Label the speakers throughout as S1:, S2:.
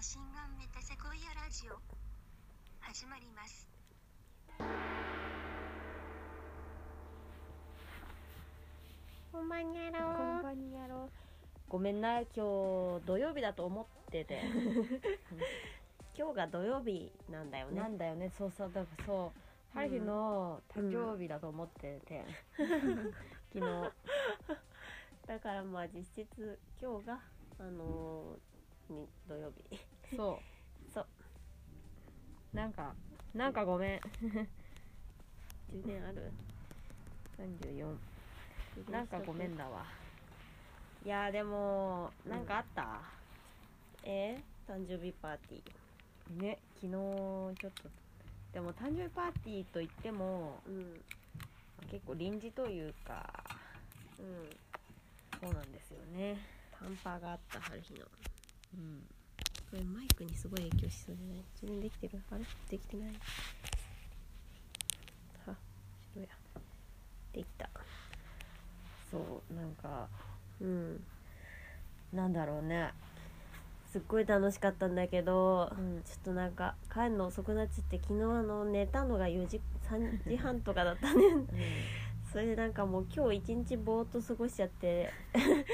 S1: 新がメタセコイアラジオ始まります
S2: ほんまにやろ
S3: こん
S2: う。
S3: ばんやろう。
S4: ごめんな今日土曜日だと思って て今日が土曜日なんだよね
S3: なんだよね、そうそう、だからそう。ハルヒの誕生日だと思ってて、昨日
S4: だからまあ実質今日があのーに土曜日
S3: そう
S4: そう
S3: なんかなんかごめん
S4: 充電ある
S3: 34なんかごめんだわいやーでもなんかあった、
S4: えー、誕生日パーティー
S3: ね昨日ちょっとでも誕生日パーティーといっても
S4: うん
S3: 結構臨時というか
S4: うん
S3: そうなんですよね
S4: 短パーがあった春日のこ
S3: うん
S4: れマイクにすごい影響しそうじゃない充電できてるあれできてないは白やできた
S3: そうなんか
S4: うん
S3: なんだろうね
S4: すっごい楽しかったんだけど、
S3: うん
S4: ちょっとなんか帰るの遅くなっちゃって昨日あの寝たのが4時3時半とかだったね それでなんかもう今日一日ぼーっと過ごしちゃって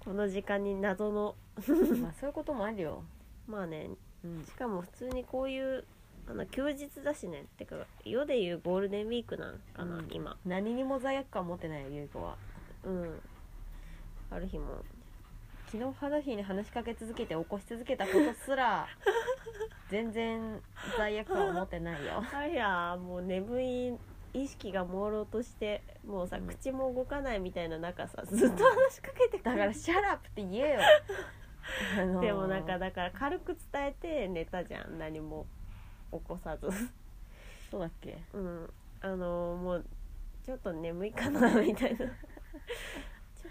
S4: この時間に謎の
S3: まあそういうこともあるよ
S4: まあね
S3: うん
S4: しかも普通にこういうあの休日だしねってか世でいうゴールデンウィークなんかな、
S3: うん
S4: 今
S3: 何にも罪悪感持ってないよゆい子は
S4: うんある日も
S3: 昨日春日に話しかけ続けて起こし続けたことす ら全然罪悪感を持ってない よ
S4: あいやもう眠い意識が朦朧としてもうさ、
S3: うん
S4: 口も動かないみたいな中さずっと話しかけてく
S3: だ
S4: る
S3: から「シャラップ」って言えよ、あのー
S4: でもなんかだから軽く伝えて寝たじゃん何も起こさず
S3: そうだっけ
S4: うんあのもうちょっと眠いかなみたいな ちょっ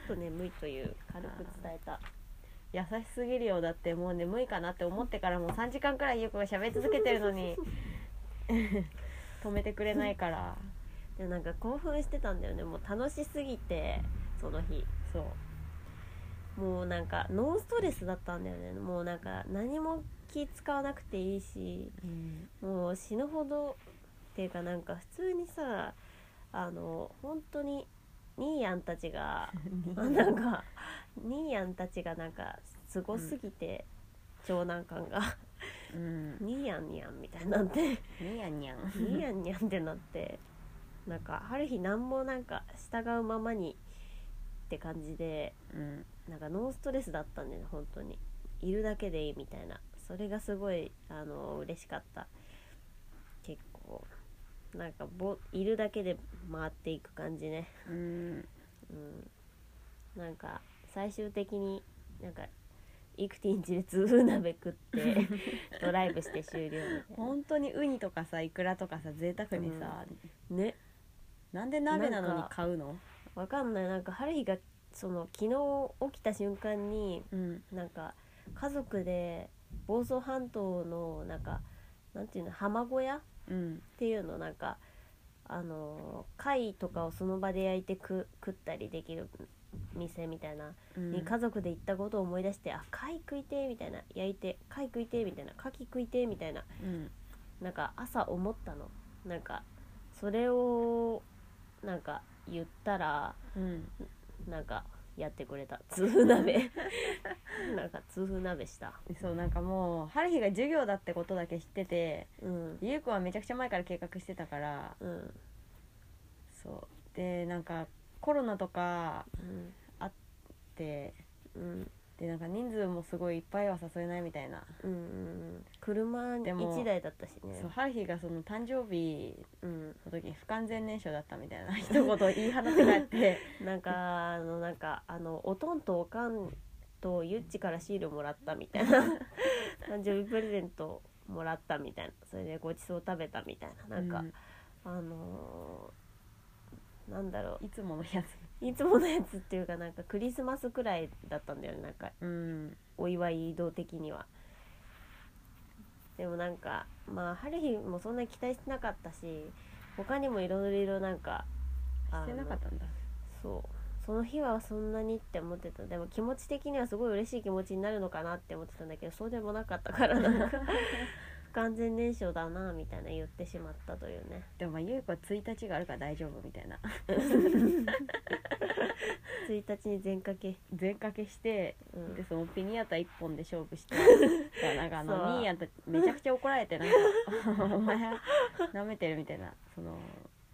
S4: と眠いという軽く伝えた
S3: 優しすぎるよだってもう眠いかなって思ってからもう3時 間くらいゆう子が喋り続けてるのに止めてくれないから
S4: でなんか興奮してたんだよねもう楽しすぎてその日
S3: そう
S4: もうなんかノンストレスだったんだよねもうなんか何も気使わなくていいし
S3: うん
S4: もう死ぬほどっていうかなんか普通にさあの本当に兄やんたちがあなんか兄やんたちがなんかすごすぎて、長男感が
S3: うん
S4: 兄やんにゃんみたいになって
S3: にやにゃん
S4: 兄やんにゃんってなってなんかある日何もなんか従うままにって感じで
S3: うん
S4: なんかノンストレスだったんだよね本当にいるだけでいいみたいなそれがすごいあの嬉しかった結構なんかぼいるだけで回っていく感じね
S3: うん
S4: うんなんか最終的になんか幾くてんちで痛風鍋食ってドライブして終了 みたい
S3: 本当にウニとかさイクラとかさ贅沢にさ、
S4: なね
S3: なんで鍋なの
S4: な
S3: に
S4: んか
S3: 買うの
S4: わかんないなんか春日がその昨日起きた瞬間に
S3: うん
S4: なんか家族で房総半島のなんかなんていうの浜小屋っ
S3: うん
S4: ていうのなんかあのー貝とかをその場で焼いてく食ったりできる店みたいな、
S3: うん
S4: に家族で行ったことを思い出して「あ貝食いてー」みたいな焼いて「貝食いてー」みたいな「牡蠣食いてー」みたいな
S3: うん
S4: なんか朝思ったのなんかそれをなんか言ったら
S3: うん
S4: なんかやってくれた痛風鍋なんか痛風鍋した
S3: そうなんかもう春日が授業だってことだけ知ってて
S4: うん
S3: ゆう子はめちゃくちゃ前から計画してたから
S4: うん
S3: そうでなんかコロナとか
S4: うん
S3: で
S4: うん
S3: でなんか人数もすごいいっぱいは誘えないみたいな、
S4: うんうん車
S3: でも
S4: 1台だったしね
S3: そう春日がその誕生日
S4: うん
S3: の時に不完全燃焼だったみたいな 一言言い放って帰って
S4: なんかあのなんかあのおとんとおかんとゆっちからシールもらったみたいな誕生日プレゼントもらったみたいなそれでごちそう食べたみたい ななんか、あのーなんだろ
S3: うんいつものやつ
S4: ういつものやつっていうかなんかクリスマスくらいだったんだよねなんか
S3: うん
S4: お祝い移動的にはでもなんかまあ春日もそんなに期待してなかったし他にもいろいろなんか
S3: してなかったんだ
S4: あのそうその日はそんなにって思ってたでも気持ち的にはすごい嬉しい気持ちになるのかなって思ってたんだけどそうでもなかったからなん か不完全燃焼だなみたいな言ってしまったという ね
S3: でもまあゆいこ1日があるから大丈夫みたいな
S4: 1日に全かけ、
S3: 全掛けして
S4: うん
S3: でそのピニアタ1本で勝 負したからなんかあ
S4: そう
S3: のミーヤとめちゃくちゃ怒られてなんか 「お前なめてる」みたいなその
S4: っ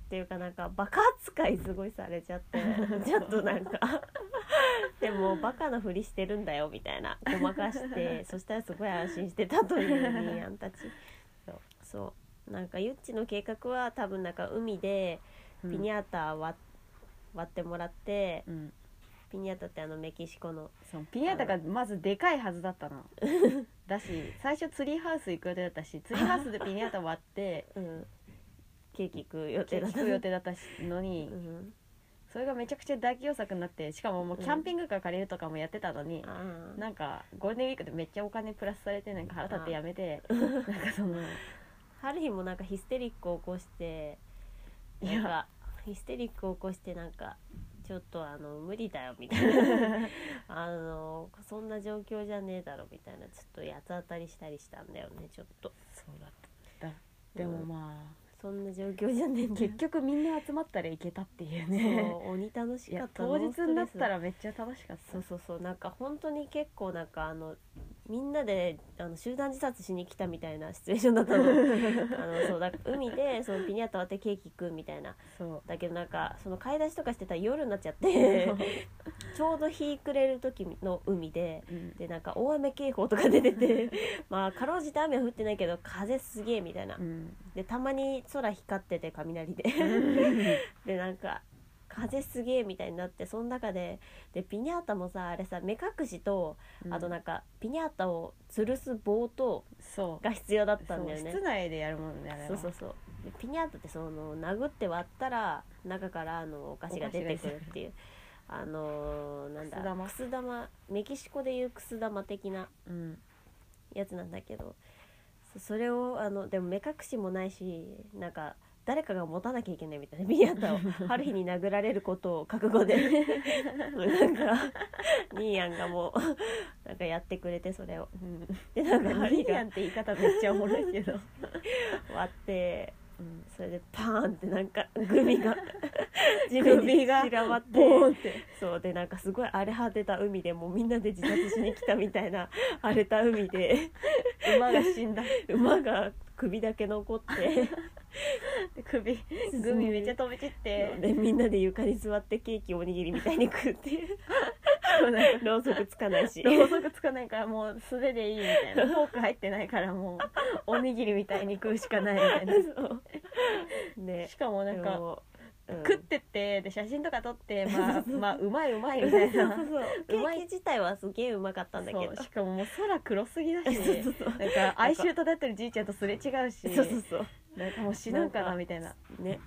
S4: ていうかなんかバカ扱いすごいされちゃってちょっとなんかでもバカなふりしてるんだよみたいなごまかしてそしたらすごい安心してたというミーヤンたち
S3: そう
S4: そうなんかゆっちの計画は多分なんか海でピニ
S3: ア
S4: ャータ割割ってもらって、
S3: うん
S4: ピニャータってあのメキシコの
S3: そうピニアタがまずでかいはずだ ったのだし最初ツリーハウス行く予定だったしツリーハウスでピニアタ割って
S4: うん、ケーキ食う予定だっ
S3: 行
S4: た
S3: く予定だったのに
S4: うん、
S3: それがめちゃくちゃ大企業作になってしかももうキャンピングカー借りるとかもやってたのに、
S4: あー
S3: なんかゴールデンウィークでめっちゃお金プラスされてなんか腹立ってやめてなんかその
S4: ある日もなんかヒステリックを起こして
S3: い
S4: なん
S3: や
S4: かヒステリックを起こしてなんかちょっとあの無理だよみたい なあのそんな状況じゃねえだろみたいなちょっと八つ当たりしたりしたんだよねちょっと
S3: そうだったでもま
S4: そんな状況じゃねえん
S3: あ
S4: だよ
S3: 結局みんな集まったら行けたっていうね
S4: そう鬼楽し
S3: い
S4: か
S3: や
S4: った
S3: 当日になった
S4: ら
S3: らめっちゃ楽しかった
S4: そうそうそうなんか本当に結構なんかあのみんなであの集団自殺しに来たみたいなシチュエーションだ ったのあのそうだ海でそのピニャータ割ってケーキ食うみたいな
S3: そう
S4: だけどなんかその買い出しとかしてたら夜になっちゃって ちょうど日暮れる時の海で
S3: うん
S4: でなんか大雨警報とか出てて まあかろうじて雨は降ってないけど風すげえみたいな
S3: うん
S4: でたまに空光ってて雷で でなんか風すげえみたいになってその中ででピニャータもさあれさ目隠しとあとなんかピニャータを吊るす棒と
S3: そう
S4: が必要だったんだよ
S3: そう
S4: ね
S3: 室内でやるもんねあれは
S4: そうそうそうでピニャータってその殴って割ったら中からあのお菓子が出てくる っていうあのーなんだ
S3: くす玉
S4: くす玉メキシコでいうくす玉的な
S3: うん
S4: やつなんだけどそそれをあのでも目隠しもないしなんか誰かが持たなきゃいけないみたいなビニャータをある日に殴られることを覚悟で なんかニーヤンがもうなんかやってくれてそれを
S3: うん
S4: でなんか針
S3: リリ
S4: が
S3: アンって言い方めっちゃおもろいけど、
S4: 割って
S3: うん、
S4: それでパーンってなんかグミ が地面に
S3: 首
S4: 散
S3: が
S4: らばって
S3: ボーンって
S4: そうでなんかすごい荒れ果てた海でもうみんなで自殺しに来たみたい な荒れた海で
S3: 馬が死んだ
S4: 馬が首だけ残って
S3: 首 グミめっちゃ飛び散って
S4: でみんなで床に座ってケーキおにぎりみたいに食っていう
S3: そうなんか
S4: ろうそくつかない し
S3: ろうそくつかないからもう素手でいいみたい なフォーク入ってないからもうおにぎりみたいに食うしかないみたい
S4: そう
S3: な
S4: ね
S3: しかもなん
S4: で
S3: か
S4: もうん
S3: 食ってってで写真とか撮ってまあまあうまいうまいみたい
S4: そう
S3: な
S4: そうそうケ
S3: うま
S4: ー
S3: い
S4: キ自体はすげえうまかったんだけど
S3: そうしかももう空黒すぎだし
S4: そうそう
S3: なんか哀愁漂ってるじいちゃんとすれ違うし
S4: そうそうそう
S3: なんかもう死ぬんかなみたいな
S4: ね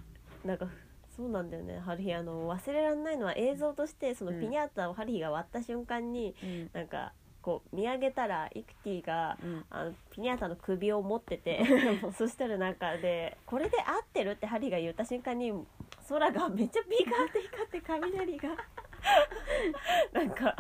S4: なんかそうなんだよねハルヒあの忘れられないのは映像としてその
S3: うん
S4: ピニャータをハルヒが割った瞬間に、
S3: うん
S4: なんかこう見上げたらイクティが
S3: うん
S4: あのピニャータの首を持って てそしたらなんかでこれで合ってるってハリーが言った瞬間に空がめっちゃビカーって光って雷が なんか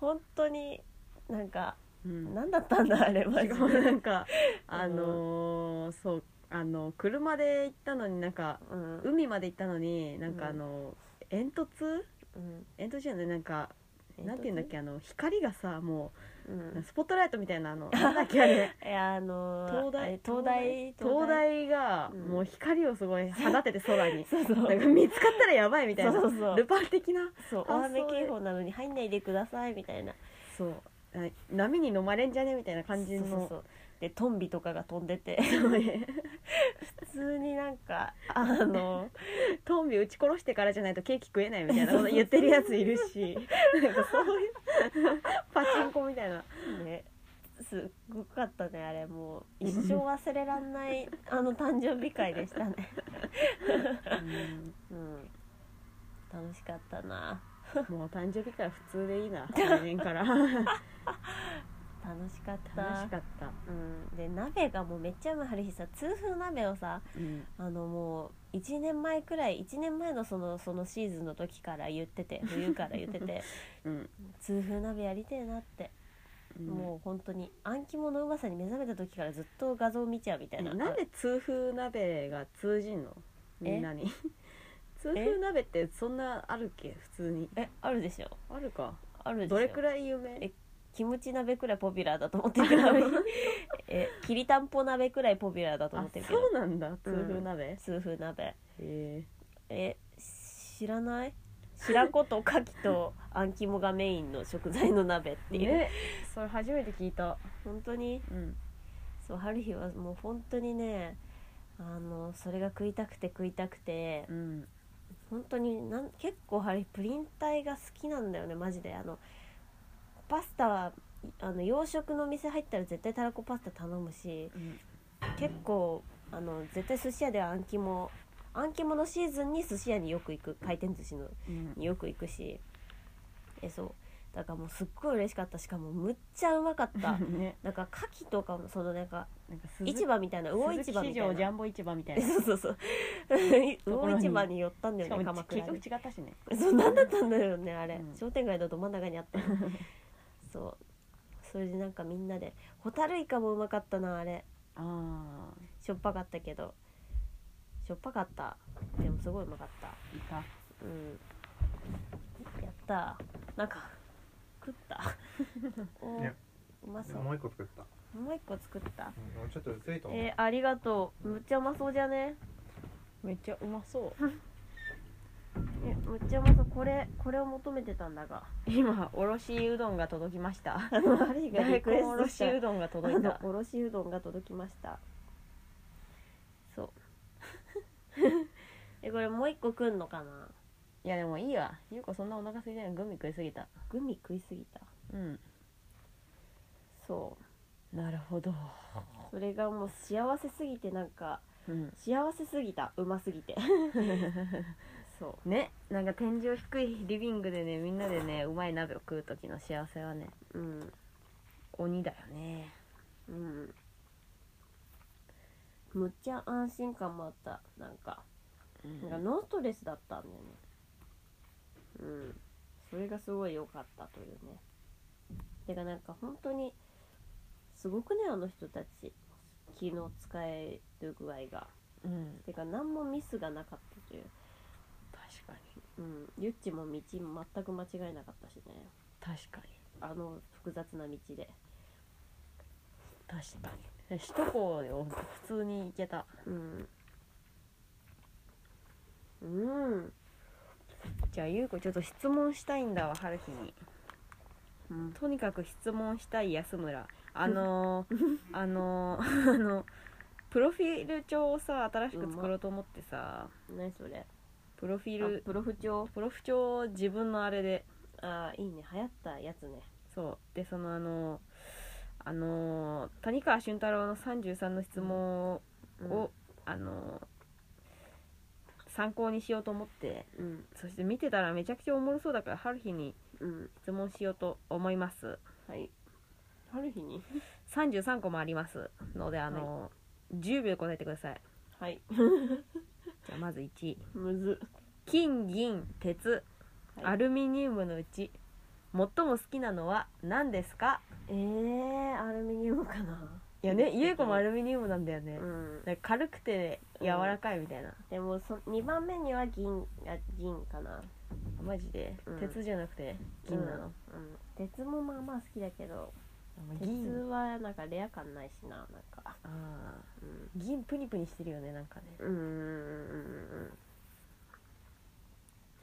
S4: 本当になんか
S3: うん
S4: 何だったんだあれマジで
S3: しかもなんかあのーそうあの車で行ったのになんか
S4: うんうん
S3: 海まで行ったのになんかあの、煙突煙突じゃないなんかなんて言うんだっけあの光がさも
S4: う
S3: うんスポットライトみたいなあのなんだっけあれ
S4: いやあのー
S3: 灯
S4: あれ
S3: 台
S4: 東大
S3: 灯台が
S4: うん
S3: もう光をすごい放てて空に
S4: そうそう
S3: なんか見つかったらやばいみたいな
S4: そうそうそう
S3: ルパン的な
S4: そう
S3: あ
S4: 大雨
S3: そう
S4: 警報なのに入んないでくださいみたいな
S3: そうあ波に飲まれんじゃねみたいな感じ
S4: そ
S3: の
S4: うそうそうでトンビとかが飛んでて 普通になんかあの
S3: トンビ撃ち殺してからじゃないとケーキ食えないみたいなこと言ってるやついる しなんかそういうパチンコみたいな
S4: ねすっごかったねあれもう一生忘れらんない あの誕生日会でしたね うん楽しかったな
S3: もう誕生日から普通でいいな来年から
S4: 確楽しかった
S3: 楽しかった、
S4: うん、で鍋がもうめっちゃうまい春日さ痛風鍋をさ
S3: うん、
S4: あのもう1年前くらい1年前のそのそのシーズンの時から言ってて冬から言ってて
S3: うん、
S4: 痛風鍋やりてえなって、もう本当にあん肝のうまさに目覚めた時からずっと画像見ちゃうみたいな
S3: なんで痛風鍋が通じんのみんな に痛風鍋ってそんなあるっけ普通に
S4: えあるでしょ
S3: あるか
S4: あるでしょ
S3: どれくらい有名
S4: えキムチ鍋くらいポピュラーだと思ってるけ どえきりたんぽ鍋くらいポピュラーだと
S3: あ
S4: 思ってるけど
S3: そうなんだ痛風鍋、
S4: 痛風鍋
S3: へ
S4: え知らない白子と牡蠣とあん肝がメインの食材の鍋って
S3: え
S4: いう、
S3: ねそれ初めて聞いた
S4: 本当に
S3: うん
S4: そう春日はもう本当にねあのそれが食いたくて食いたくて
S3: うん
S4: 本当になん結構春日プリン体が好きなんだよねマジであのパスタはあの洋食の店入ったら絶対たらこパスタ頼むし
S3: うん
S4: 結構あの絶対寿司屋ではあん肝あん肝のシーズンに寿司屋によく行く回転寿司の
S3: うん
S4: よく行くしえそうだからもうすっごい嬉しかったしかもむっちゃうまかった
S3: ね
S4: なんか牡蠣とかもそのなんか
S3: なんか鈴木
S4: 市場みたいな魚
S3: 鈴木
S4: 市場み
S3: 市
S4: た
S3: 場
S4: い
S3: ジャ
S4: な
S3: ンボ市場みたいな
S4: そうそうそう
S3: とこ
S4: 魚
S3: ろに
S4: 市場に寄ったんだ
S3: しか
S4: よね
S3: も
S4: 鎌
S3: 結
S4: 倉
S3: 局違
S4: に
S3: ったしね
S4: そうなんだったんだよねあれ、
S3: うん
S4: 商店街のど真ん中にあったよそうそれでなんかみんなでホタルイカもうまかったなあれ
S3: あ
S4: しょっぱかったけどしょっぱかったでもすごいうまかった
S3: あいいか
S4: うん。やったー。なんか食った。お
S5: いや
S4: うまそう。
S5: もう一個作った、
S4: もう一個作った。
S5: うん、もうちょっと薄いと思う、
S4: えー、ありがとう。むっちゃうまそうじゃね。
S3: めっちゃうま そう
S4: え、むっちゃうまそう。これこれを求めてたんだが。
S3: 今おろしうどんが届きま した
S4: あのあれが
S3: 大
S4: リクエ
S3: 根お
S4: スト
S3: ろ
S4: し。
S3: したうどんが
S4: あ
S3: 届い
S4: の
S3: た
S4: おろしうどんが届きました。そう。 え、これもう一個くんのかな。
S3: いやでもいいわゆうこそんなお腹空いてないグミ食いすぎた
S4: グミ食いすぎた。
S3: うん
S4: そう。
S3: なるほど
S4: それがもう幸せすぎてなんか
S3: うん
S4: 幸せすぎた。うますぎて。そう。
S3: ねなんか天井低いリビングでねみんなでねうまい鍋を食う時の幸せはね
S4: うん
S3: 鬼だよね
S4: うんむっちゃ安心感もあったなんかなんかノーストレスだったんだよねうんそれがすごい良かったというねてかなんか本当にすごくねあの人たち気の使える具合が
S3: うん
S4: てか何もミスがなかったという、
S3: 確かに
S4: うん、ゆっちも道全く間違えなかったしね
S3: 確かに
S4: あの複雑な道で
S3: 確かに首都高で普通に行けた
S4: うんうん
S3: じゃあゆうこちょっと質問したいんだわ春日に
S4: うん
S3: とにかく質問したい安村あのーあのーあのプロフィール帳をさ新しく作ろうと思ってさ
S4: 何それ
S3: プロフィー
S4: あ
S3: ル
S4: プロフ帳
S3: プロフ帳を自分のあれで
S4: あーいいね流行ったやつね
S3: そうでそのあのあの谷川俊太郎の33の質問を、
S4: うん
S3: あの参考にしようと思って
S4: うん
S3: そして見てたらめちゃくちゃおもろそうだから春日に
S4: うん
S3: 質問しようと思います
S4: はいある日に
S3: 33個もありますのであの、10秒で答えてください
S4: はい
S3: じゃあまず1
S4: むず
S3: 金銀鉄
S4: はい
S3: アルミニウムのうち最も好きなのは何ですか
S4: えー、アルミニウムかない
S3: やね優子もアルミニウムなんだよね、
S4: うん
S3: なんか軽くて柔らかいみたいな、
S4: でもそ2番目には銀が銀かな
S3: マジで、
S4: うん
S3: 鉄じゃなくて銀な
S4: う
S3: の、
S4: ん鉄もまあまあ好きだけど鉄
S3: 銀
S4: はなんかレア感ないしななんか
S3: あー
S4: うん
S3: 銀プニプニしてるよねなんかね
S4: うんうんうんうん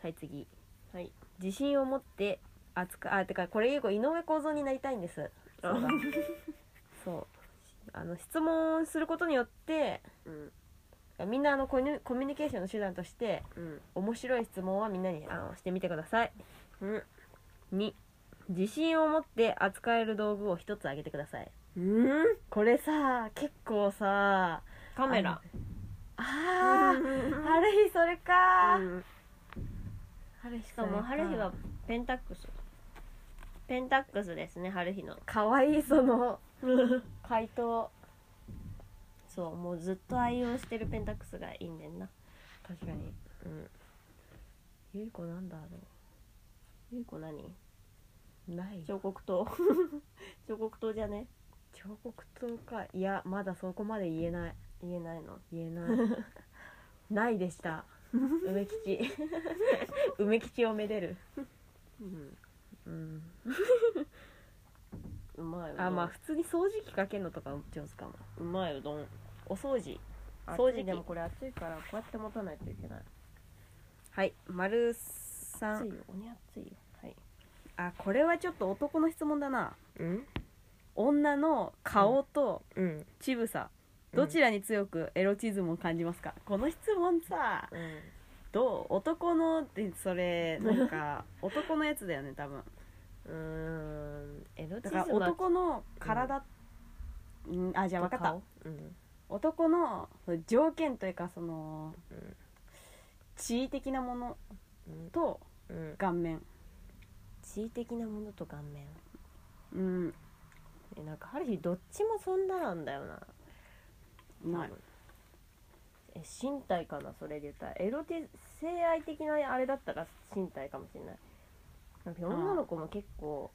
S3: はい次
S4: はい
S3: 自信を持って扱くあてかこれ優子井上公造になりたいんですそうだそうあの質問することによって
S4: うん
S3: みんなあのコミュコミュニケーションの手段として
S4: うん
S3: 面白い質問はみんなにあのしてみてください
S4: うん
S3: 2自信を持って扱える道具を一つ挙げてください
S4: うん
S3: これさ結構さ
S4: カメラ
S3: あーある日それか
S4: うん
S3: ある日
S4: しかも春日はペンタックスペンタックスですね春日の
S3: かわいいその回答
S4: そうもうずっと愛用してるペンタックスがいいんだよな
S3: 確かに
S4: うんゆり子なんだろうゆり子何
S3: ない
S4: 彫刻刀 彫刻刀じゃね
S3: 彫刻刀かいやまだそこまで言えない
S4: 言えないの
S3: 言えない ないでした梅吉梅吉をめでる
S4: うん
S3: うん
S4: うまいうどん
S3: あまあ普通に掃除機かけるのとか上手かも
S4: うまいうどん
S3: お掃除
S4: 掃
S3: 掃
S4: 除
S3: 除
S4: 機
S3: 機
S4: でもこれ熱いからこうやって持たないといけない
S3: はい丸さ
S4: 熱い
S3: ん
S4: よ鬼熱いよはい
S6: あこれはちょっと男の質問だな
S3: うん
S6: 女の顔と
S3: うん
S6: 乳房
S3: うん
S6: どちらに強くエロチズムを感じますか、この質問さ
S3: うん
S6: どう男のってそれなん か男のやつだよね多分
S3: うーんエロチ
S6: だ
S3: ズ
S6: か
S3: ム
S6: ら男の体、うん、あじゃあ分かった
S3: たうん
S6: 男のその条件というかその
S3: うん
S6: 地位的なもの
S3: うん
S6: と
S3: うん
S6: 顔面
S4: 地位的なものと顔面
S6: うん
S4: えなんか春日どっちもそんななんだよな
S6: ない
S4: 多分え身体かなそれで言ったらエロテ性愛的なあれだったら身体かもしれないなんか
S6: あー
S4: 女の子も結構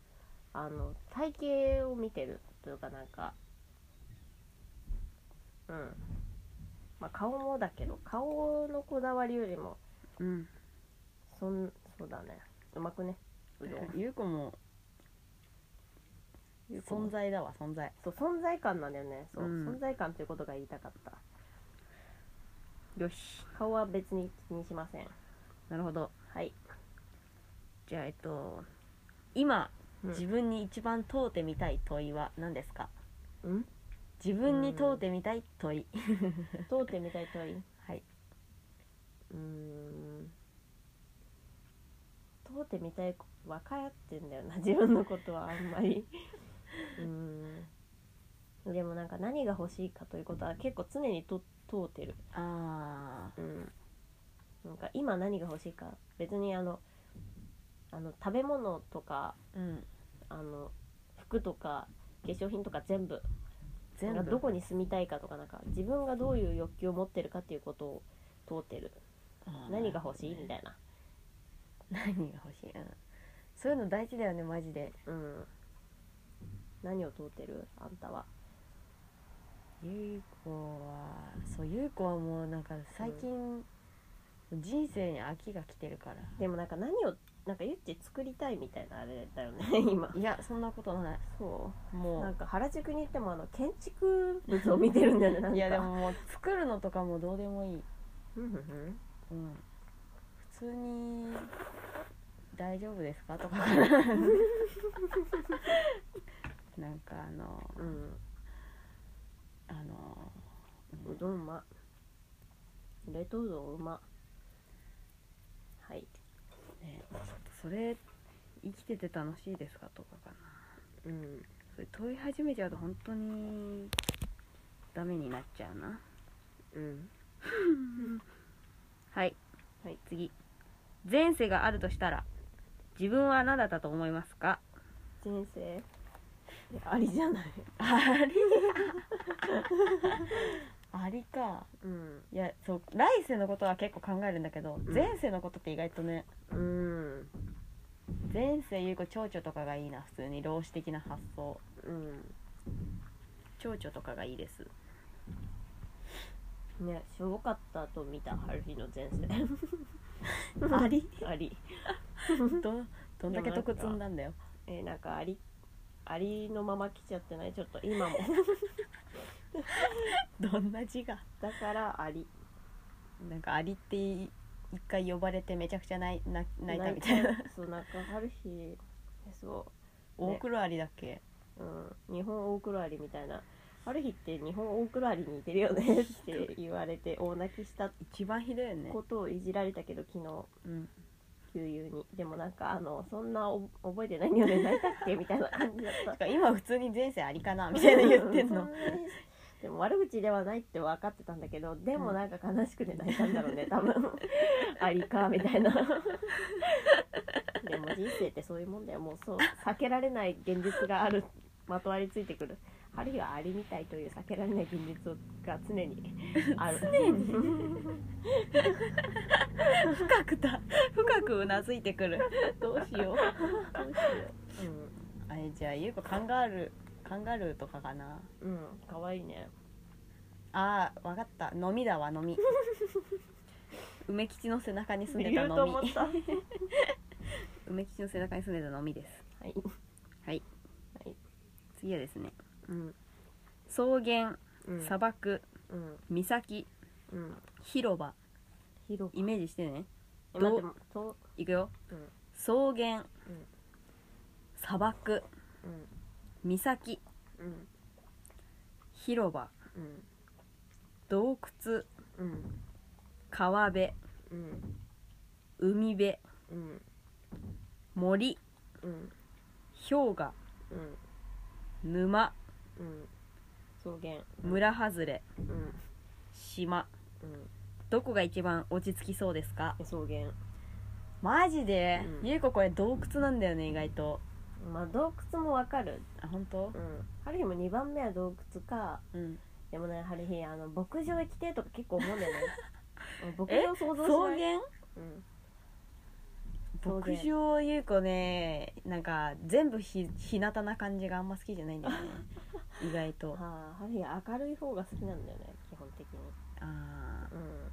S4: あの体型を見てるというかなんかうんまあ顔もだけど顔のこだわりよりも
S6: うん
S4: そんそうだねうまくねうどん
S6: ゆうこも
S4: ゆうこも
S6: 存在だわ存在
S4: そう存在感なんだよねそう、
S6: うん
S4: 存在感ということが言いたかった
S6: よし
S4: 顔は別に気にしません
S6: なるほど
S4: はい
S3: じゃあえっと今、
S4: うん
S3: 自分に一番問うてみたい問いは何ですか
S4: うん
S3: 自分に問うてみたい問い
S4: 通ってみたいといい
S3: はいう
S4: ーん通ってみたい分かってんだよな 自分のことはあんまりうーんでもなんか何が欲しいかということは結構常にと通ってる
S3: あ
S4: うんなんか今何が欲しいか別にあのあの食べ物とか
S3: ーうん
S4: あの服とか化粧品とか全部
S3: 全
S4: なん
S3: 部
S4: かどこに住みたいかとかなんか自分がどういう欲求を持ってるかっていうことを通ってる何が欲しいみたいな
S3: 何が欲しい、うん、そういうの大事だよねマジで
S4: うん何を通ってるあんたは
S3: ゆい子はそうゆい子はもうなんか最近、人生に飽きが来てるから
S4: でもなんか何をなんかゆっち作りたいみたいなあれだよね 今
S3: いやそんなことない
S4: そ
S3: もう
S4: なんか原宿に行ってもあの建築物を見てるんだよねなんか
S3: いやでももう作るのとかもどうでもいい、
S4: うんうんうん
S3: うん、普通に「大丈夫ですか?」 とかなんかあのあの
S4: うんうどんうま冷凍うどんうまはい
S3: ねちょっとそれ生きてて楽しいですかとかか
S4: う
S3: な
S4: ん
S3: それ問い始めちゃうと本当にダメになっちゃうな
S4: うん
S6: はい、
S4: はい、
S6: 次前世があるとしたら自分は何だったと思いますか
S4: 人生えありじゃない
S3: ありか
S4: うん
S3: いやそう来世のことは結構考えるんだけど、
S4: うん
S3: 前世のことって意外とね
S4: うん
S3: 前世ゆう子蝶々とかがいいな普通に老子的な発想
S4: うん
S3: 蝶々とかがいいです
S4: ねすごかったと見た春日の前世
S3: あり
S4: あり
S3: どどんだけ得積んだんだよ
S4: えーなんかありありのまま来ちゃってないちょっと 今も
S3: どんな字が
S4: だからあり
S3: なんかアリってい一回呼ばれてめちゃくちゃ泣い泣泣いたみたいな
S4: そうなんか春日えそ
S3: 大黒アリだっけ
S4: う、うん、日本大黒アリみたいな春日って日本大黒アリに似てるよ ねって言われて大泣きした
S3: 一番ひどいよね
S4: ことをいじられたけど昨日
S3: うん
S4: 旧友にでもなんかあのそんなお覚えてないよね泣いたっけみたいな感じだった
S3: だから今普通に前世アリかなみたいな言ってん
S4: そ
S3: の
S4: なに でも悪口ではないって分かってたんだけどでもなんか 悲しくて泣いたんだろうね、多分ありかみたいなでも人生ってそういうもんだよもうそう避けられない現実があるまとわりついてくるあるいはありみたいという避けられない現実が常 にある常に
S3: 深くた深くうなずいてくる
S4: どうしようどうしよ
S3: あれじゃあゆうこカンガールカンガルーとかかな
S4: ううん、うん、かわいいね
S3: あーわかった飲みだわ 飲み梅吉の背中に住んで
S4: 言
S3: た
S4: うと
S3: 飲み
S4: 思った
S7: 梅吉の背中に住んでた飲みです
S4: はい
S7: はい、
S4: はい
S7: 次はですね
S4: うん
S7: 草原
S4: うん
S7: 砂漠
S4: うん
S7: 岬
S4: うん
S7: 広場
S4: 広く
S7: イメージしてね
S4: え待ってそう
S7: いくよ、
S4: うん
S7: 草原、
S4: ん
S7: 砂漠
S4: うん
S7: 岬
S4: うん
S7: 広場
S4: うん
S7: 洞窟
S4: うん
S7: 川辺
S4: うん
S7: 海辺
S4: うん
S7: 森
S4: うん
S7: 氷河
S4: うん
S7: 沼
S4: うん草原
S7: 村外れ
S4: うん
S7: 島
S4: うん
S7: どこが一番落ち着きそうですか
S4: 草原
S3: マジで、
S4: うん
S3: ゆうここれ洞窟なんだよね意外と
S4: まあ洞窟もわかる
S3: あ本当
S4: うんある日も2番目は洞窟か
S3: うん
S4: でもねある日あの牧場行きてえとか結構思うんだよねうん牧場想像
S3: 草
S4: しない
S3: 原
S4: うん草原
S3: 牧場ゆうこねなんか全部ひ日向な感じがあんま好きじゃない んだよね意外と
S4: はあある日明るい方が好きなんだよね基本的に
S3: あ
S4: うん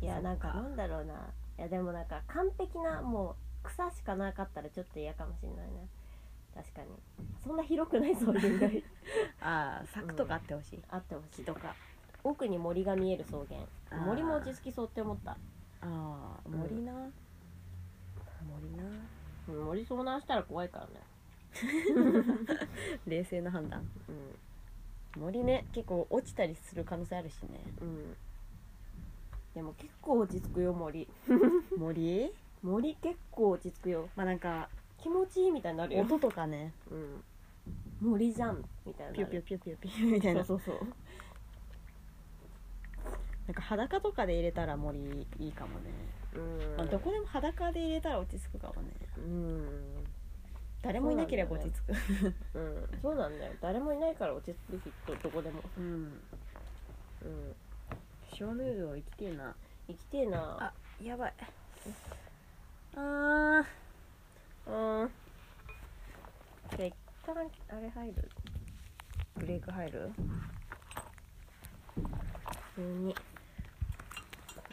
S4: い
S3: そ
S4: や
S3: っか
S4: なんかなんだろうないやでもなんか完璧なもう草しかなかったらちょっと嫌かもしれないな確かにそんな広くないそういうぐらい
S3: ーあー柵とかあってほしい、
S4: あってほし
S3: 木
S4: い
S3: とか
S4: 奥に森が見える草
S3: あ
S4: 原
S3: ー
S4: 森も落ち着きそうって思った
S3: ああ
S4: うん
S3: 森な、森な
S4: うん森遭難したら怖いからね
S3: 冷静な判断
S4: う
S3: 森ね結構落ちたりする可能性あるし ね
S4: んうんでも結構落ち着くよ森
S3: 森
S4: 森結構落ち着くよ
S3: まあなんか
S4: 気持ちいいみたいになるよ、
S3: 音とかね
S4: うん、森じゃんみたいにな
S3: ピュ
S4: る
S3: ーピューピューピューピューみたいな
S4: そうそうそう
S3: なんか裸とかで入れたら森いいかもね、
S4: うん
S3: まあ、どこでも裸で入れたら落ち着くかもね
S4: うん
S3: 誰もいなければ落ち着く
S4: うんそうなんだよ誰もいないから落ち着くきっとどこでも
S7: うん
S4: うん
S7: ショヌード生きてえな
S4: 生きてえな
S7: あやばいあ
S4: うんじゃあ一旦あれ入るブレイク入る普通にこ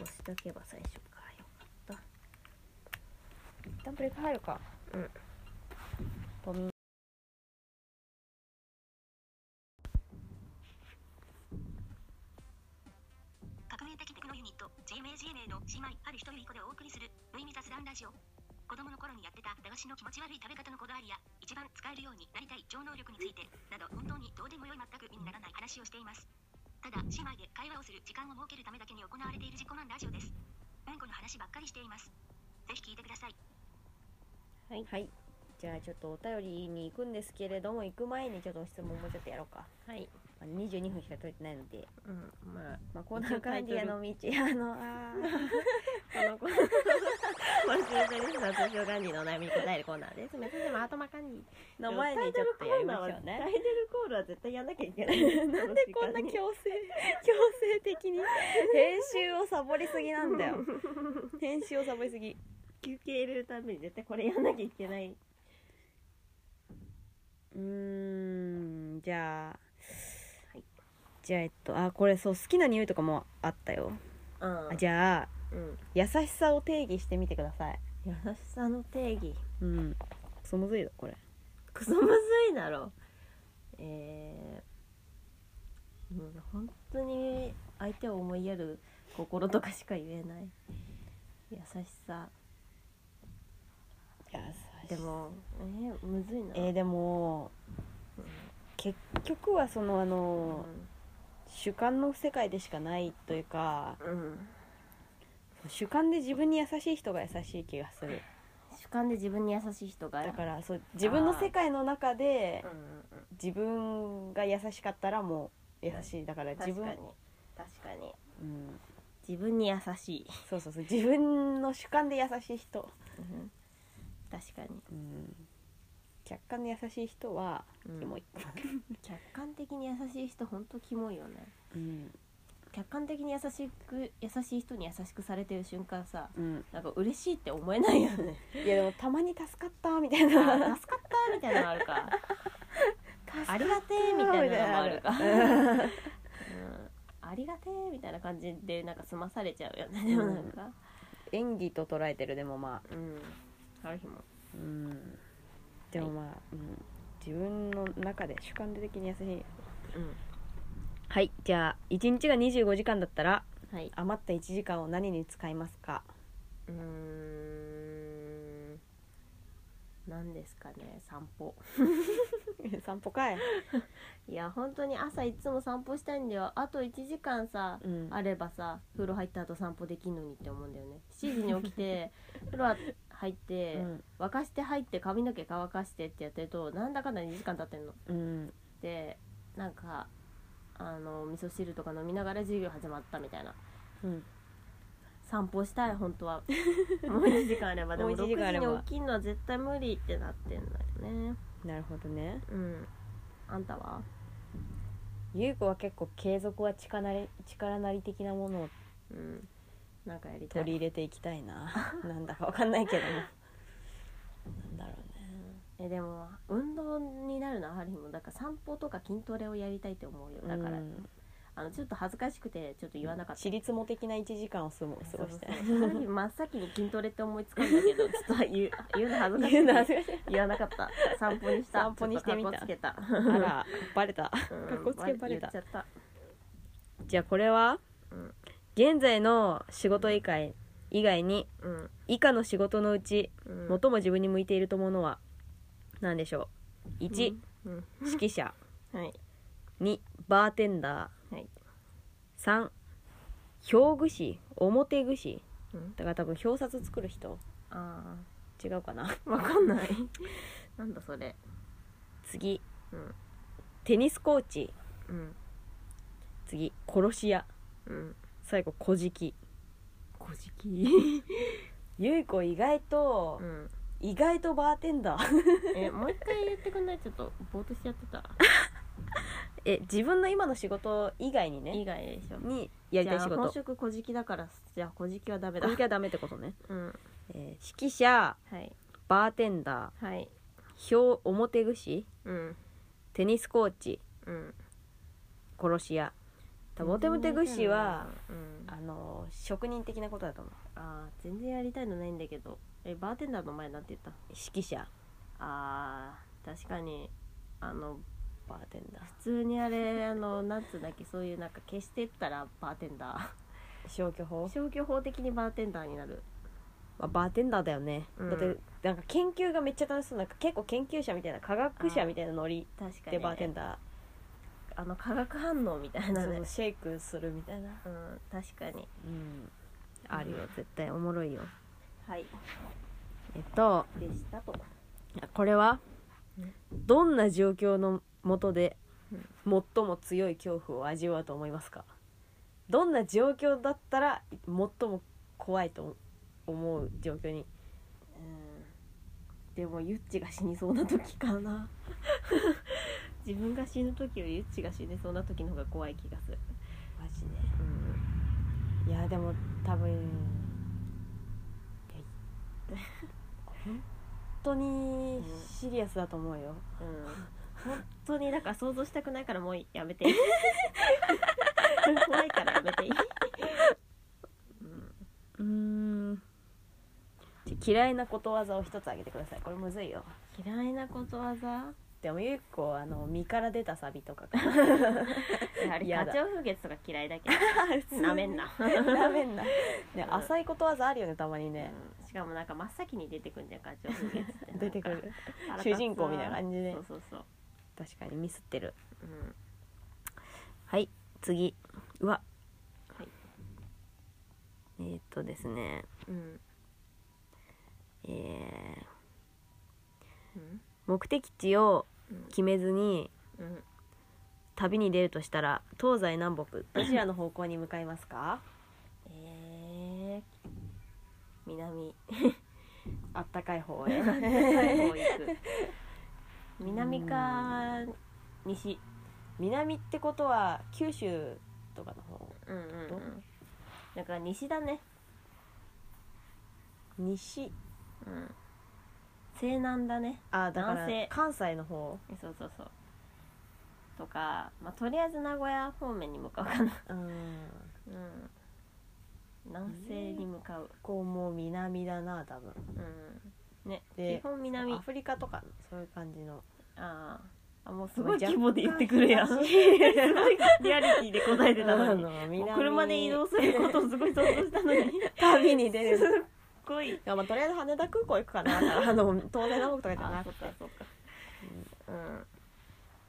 S4: うしとけば最初かよかった一旦ブレイク入るかうんポミン
S1: 革命的テクノユニット JMAGMA の姉妹ある日という子でお送りする無意味雑談ラジオ子供の頃にやってた駄菓子の気持ち悪い食べ方のこだわりや一番使えるようになりたい超能力についてなど本当にどうでもよい全く意味にならない話をしていますただ姉妹で会話をする時間を設けるためだけに行われている自己満ラジオですうんこの話ばっかりしていますぜひ聞いてください
S3: はい、じゃあちょっとお便りに行くんですけれども行く前にちょっと質問もうちょっとやろうか
S4: はい
S3: まあ22分しか取れてないので、
S4: うんまあ
S3: まあ、コーナー管理への道あのあ
S4: このコーナー今週のリスナー通常管理のお悩みに答えるコーナーです。メッセージも頭管理。
S3: ーの前にちょっとやりましょう
S4: タイ
S3: ね
S4: トルコールは絶対やんなきゃいけない。
S3: なんでこんな強制強制的に編集をサボりすぎな んだよ編集をサボりすぎ
S4: 休憩入れるために絶対これやんなきゃいけない。
S3: うーんじゃあ、
S4: はい
S3: じゃあえっとあこれそう好きな匂いとかもあったよ、
S4: うん
S3: あじゃあ
S4: うん。
S3: 優しさを定義してみてください
S4: 優しさの定義。
S3: うんクソむずいぞこれ
S4: クソむずいだろ。えー、うん、本当に相手を思いやる心とかしか言えない。優しさ。で
S3: 優
S4: も、えー、むずいな。
S3: えーでも
S4: うん
S3: 結局はそのあの、
S4: う
S3: 主観の世界でしかないというか
S4: ん。うん
S3: 主観で自分に優しい人が優しい気がする
S4: 主観で自分に優しい人が
S3: だからそう自分の世界の中で
S4: うんうんうん
S3: 自分が優しかったらもう優しいだから自
S4: 確
S3: 分
S4: かに確かに
S3: うん、
S4: 自分に優しい、
S3: そうそうそう自分の主観で優しい人
S4: 確かに
S8: うん
S3: 客観で優しい人はキモい、
S4: 客観的に優しい人ほんとキモいよね
S8: うん
S4: 客観的に優しく優しい人に優しくされてる瞬間さ
S8: うん
S4: なんか嬉しいって思えないよね
S3: いやでもたまに助かったみた い
S4: あー
S3: な
S4: 助かったみたいなのあるか ありがてえみたいなのもあ るか、 うん、ありがてえみたいな感じでなんか済まされちゃうよねでもなんか
S3: 演技と捉えてるでもま
S4: う
S3: あ
S4: んある日も
S8: うん
S3: でもまあ、うん、自分の中で主観的に優しいはいじゃあ1日が25時間だったら
S4: うんはい
S3: 余った1時間を何に使いますか
S4: うーん何ですかね散歩
S3: 散歩かい、
S4: いや本当に朝いつも散歩したいんだよあと1時間さ
S3: うん
S4: あればさ風呂入った後散歩できんのにって思うんだよね7時に起き て風呂入って、
S3: うん
S4: 沸かして入って髪の毛乾かしてってやってるとなんだかんだ2時間経ってんの
S3: うん
S4: でなんかあの味噌汁とか飲みながら授業始まったみたいな
S3: うん
S4: 散歩したい本当 はもう1時間あればでも
S3: もう
S4: 6
S3: 一
S4: 時
S3: 時間あれば
S4: に起きるのは絶対無理ってなってんだよね
S3: なるほどね
S4: うんあんたは
S3: 優子は結構継続は力なり力なり的なものを
S4: うんなんかやりたい
S3: 取り入れていきたい ななんだかわか んないけどもなんだろうね
S4: えでも運動になるなある日もだから散歩とか筋トレをやりたいと思うよだから、
S3: うん
S4: あのちょっと恥ずかしくてちょっと言わなかった、
S3: 私立も的な1時間を過ご過
S4: そう
S3: ご
S4: そ
S3: し
S4: う
S3: たい
S4: ある日 真っ先に筋トレって思いつかんだけどちょっと言う言うの恥ずかし
S3: 言うの
S4: く
S3: 恥
S4: て
S3: ずかしい
S4: 言わなかった散歩にした
S3: 散歩にしてみた
S4: ちょっと格好つけた
S3: あらバレた
S4: うん
S3: 格好つけバレ
S4: 言
S3: た
S4: っちゃった
S3: じゃあこれは、
S4: うん
S3: 現在の仕事以外以外に
S4: うん
S3: 以下の仕事のうち
S4: うん
S3: 最も自分に向いていると思うのは何でしょう1、
S4: うん
S3: 指揮者
S4: はい
S3: 2バーテンダ
S4: はい
S3: ー3表具師表具師
S4: うん
S3: だから多分表札作る人
S4: あ
S3: 違うかな
S4: あわかんない なんだそれ
S3: 次
S4: うん
S3: テニスコーチ
S4: うん
S3: 次殺し屋
S4: うん
S3: 最後小敷
S4: 古事記
S3: ゆい子意外と
S4: う、ん
S3: 意外とバーテンダー
S4: えもう一回言ってくんないちょっとぼーっとしちゃってた
S3: え自分の今の仕事以外に
S4: 以
S3: ね
S4: 外でしょ
S3: にやりたい仕
S4: じゃあ本
S3: 事
S4: 職小じきだからじゃあ小じきはダメだ
S3: 小敷はダメってことね、
S4: うん
S3: えー指揮者
S4: はい
S3: バーテンダ
S4: はい
S3: ー表表具師
S4: うん
S3: テニスコーチ
S4: うん
S3: 殺し屋多分表表具師は、
S4: うん、
S3: あのー職人的なことだと思う
S4: あー全然やりたいのないんだけどえバーテンダーの前なんて言った
S3: 指揮者
S4: あー確かにあの
S3: バーテンダー
S4: 普通にあれあのなんつうんだっけそういうなんか消してったらバーテンダ
S3: 消去法
S4: ー、消去法的にバーテンダーになる
S3: まあ、バーテンダーだよね、
S4: うん
S3: だってなんか研究がめっちゃ楽しそうなんか結構研究者みたいな科学者みたいなノリ
S4: 確かに、
S3: でバーテンダ
S4: あの化学反応みたい
S3: ー
S4: な
S3: そ
S4: ね
S3: うシェイクするみたいな
S4: うん確かに
S3: うんあるよ絶対おもろいよ
S4: はい
S3: えっと
S4: でしたと
S3: これはどんな状況のもとで
S4: うん
S3: 最も強い恐怖を味わうと思いますかどんな状況だったら最も怖いと思う状況に
S4: うんでもユッチが死にそうな時か な自分が死ぬ時よりユッチが死にそうな時の方が怖い気がする、
S3: マジでいやでも多分いや本当にシリアスだと思うよ、
S4: うんうん、本当にだから想像したくないからもうやめて 怖いからやめていい、
S3: うーん嫌いなことわざを一つ挙げてくださいこれむずいよ
S4: 嫌いなことわざ
S3: でもゆい子あの身から出たサビとかか
S4: あれ
S3: やだ
S4: 花鳥風月とか嫌いだけ どなめん な、
S3: なめんな、 ね、
S4: ん
S3: 浅いことわざあるよねたまにね、
S4: うんしかもなんか真っ先に出てくんじゃん花鳥 風月ってなんか
S3: 出てくる
S4: 腹立つ
S3: 主
S4: わ
S3: 人公みたいな感じで
S4: そうそうそう、
S3: 確かにミスってる
S4: うん、
S3: はい次うわ、
S4: はい
S3: えーっとですね
S4: うん
S3: えー
S4: うん
S3: 目的地を
S4: うん
S3: 決めずに
S4: うん
S3: 旅に出るとしたら東西南北どちらの方向に向かいますか
S4: えー、南あったかい方へ あったかい方へ行く南か西南ってことは九州とかの方
S3: うんうん
S4: どだから西だね西
S3: うんうん
S4: 西南だね
S3: あだか
S4: 南
S3: ら
S4: 西
S3: 関西の方
S4: そうそうそうとか、まあ、とりあえず名古屋方面に向かうかな
S3: うん
S4: うん南西に向かう、
S3: こうもう南だな多分
S4: うんね
S3: で
S4: 基本南
S3: アフリカとかそういう感じの
S4: あーあもうすごい
S3: まあ
S4: 規模で言ってくるやん すごいリアリティで答えてたのに
S3: あの
S4: もう
S3: 南
S4: 車で移動することをすごい想像したのに
S3: 旅に出る
S4: すっごい
S3: いやまあとりあえず羽田空港行くか なだからあの東西南北とかじゃ
S4: あ
S3: な
S4: そ
S3: く
S4: う
S3: て
S4: かそうかうん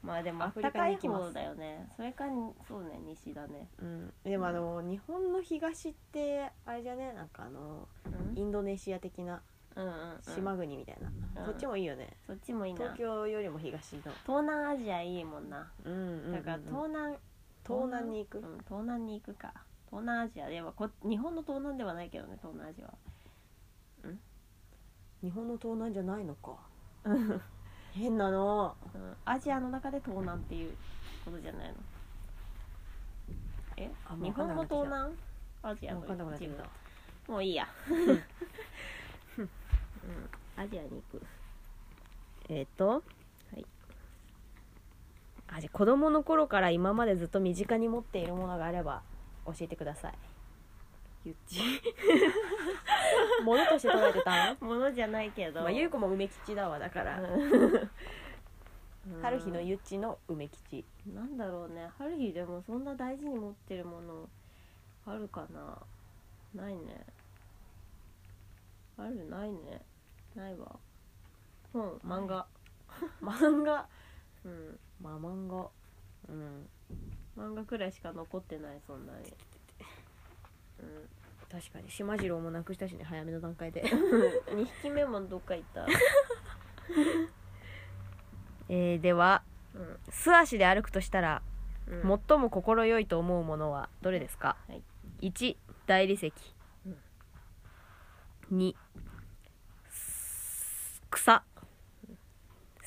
S4: まあでも
S3: ア
S4: あっ
S3: フ
S4: た
S3: リカ
S4: か
S3: に
S4: い
S3: 行きます
S4: 方だよねそれかそうね西だね、
S3: うん、でもあの、日本の東ってあれじゃねなんかあのインドネシア的な
S4: うんうんうん
S3: 島国みたいな、
S4: うん
S3: そっちもいいよね
S4: そっちもいいな
S3: 東京よりも東の、
S4: 東南アジアいいもんな
S3: うんうんうん
S4: だから東南、
S3: 東南に行く、
S4: うん、東南に行くか東南アジアではこ日本の東南ではないけどね東南アジアは
S3: 日本の東南じゃないのか変なの
S4: うん、アジアの中で東南っていうことじゃないのえ
S3: あもう
S4: 日
S3: 分かん
S4: 本
S3: なく
S4: も
S3: なってき
S4: 東南ア
S3: た
S4: ジアの
S3: 分かんなくなって
S4: 一
S3: き
S4: 部
S3: た
S4: もういいや、うん、アジアに行く
S3: えっ、と
S4: はい
S3: あじゃあ子供の頃から今までずっと身近に持っているものがあれば教えてください
S4: ゆっち
S3: ものとして捉えてたの
S4: ものじゃないけど、
S3: まあゆうこも梅吉だわだから、
S4: うん
S3: 春日のゆっちの梅吉
S4: なんだろうね春日でもそんな大事に持ってるものあるかなないねあるないねないわ本漫画
S3: 漫画
S4: うん
S3: まあ漫画うん
S4: 漫画くらいしか残ってないそんなに
S3: 確かに島次郎もなくしたしね早めの段階で
S4: うん2匹目もどっか行った
S3: えーでは
S4: うん
S3: 素足で歩くとしたら、
S4: うん
S3: 最も心よいと思うものはどれですか、
S4: はい
S3: 1大理石、2草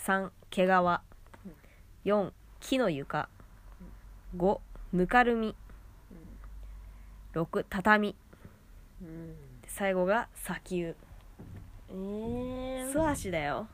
S3: 3毛皮、4木の床、5ぬかるみ、6畳
S4: うん
S3: で最後が砂丘
S4: えー、
S3: 素足だよ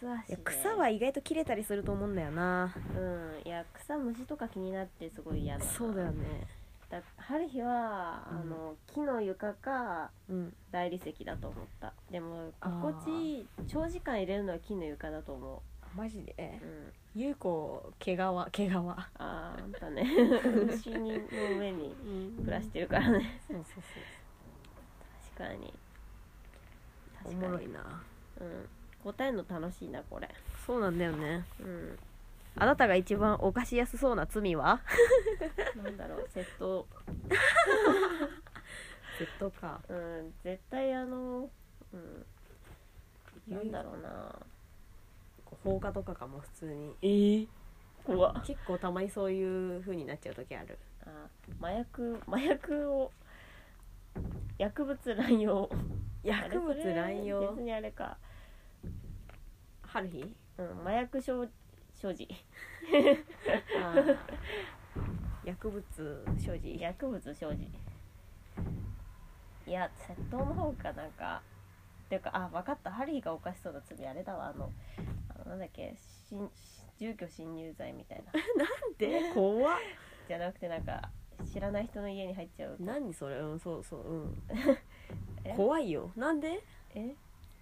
S4: 素足
S3: い
S4: で
S3: や草は意外と切れたりすると思うんだよな
S4: うんいや草虫とか気になってすごい嫌だな
S3: ね
S4: だ春日は、あの木の床か
S3: うん
S4: 大理石だと思ったでも
S3: あー
S4: 心地いい長時間入れるのは木の床だと思
S3: マジで
S4: ううん
S3: ゆうこ毛皮毛皮
S4: あーあんた ね虫にの上に暮らしてるからね
S3: そうそう
S4: 確かに
S3: そうお
S4: 確か
S3: もろ
S4: に
S3: いな
S4: うん答えるの楽しいなこれ
S3: そうなんだよね
S4: うん
S3: あなたが一番犯しやすそうな罪は
S4: なんだろ う窃盗
S3: 窃盗か
S4: うん絶対あのうんなんだろうな
S3: 放火とかかも普通に
S4: ええ怖っ
S3: 結構たまにそういう風になっちゃう時ある
S4: あ麻薬麻薬を薬物乱用
S3: 薬物
S4: あれそれ
S3: 乱
S4: 別
S3: 用
S4: にあれか、
S3: 春日
S4: うん、麻薬所所持
S3: あー薬物所持
S4: 薬物所持いや窃盗の方かなんかていうかあ分かったハリーが犯しそうな罪あれだわあのあのなんだっけしん住居侵入罪みたいな
S3: で怖っ
S4: じゃなくてなんか知らない人の家に入っちゃう
S3: 何それうんそうそううん
S4: え
S3: 怖いよなんで
S4: え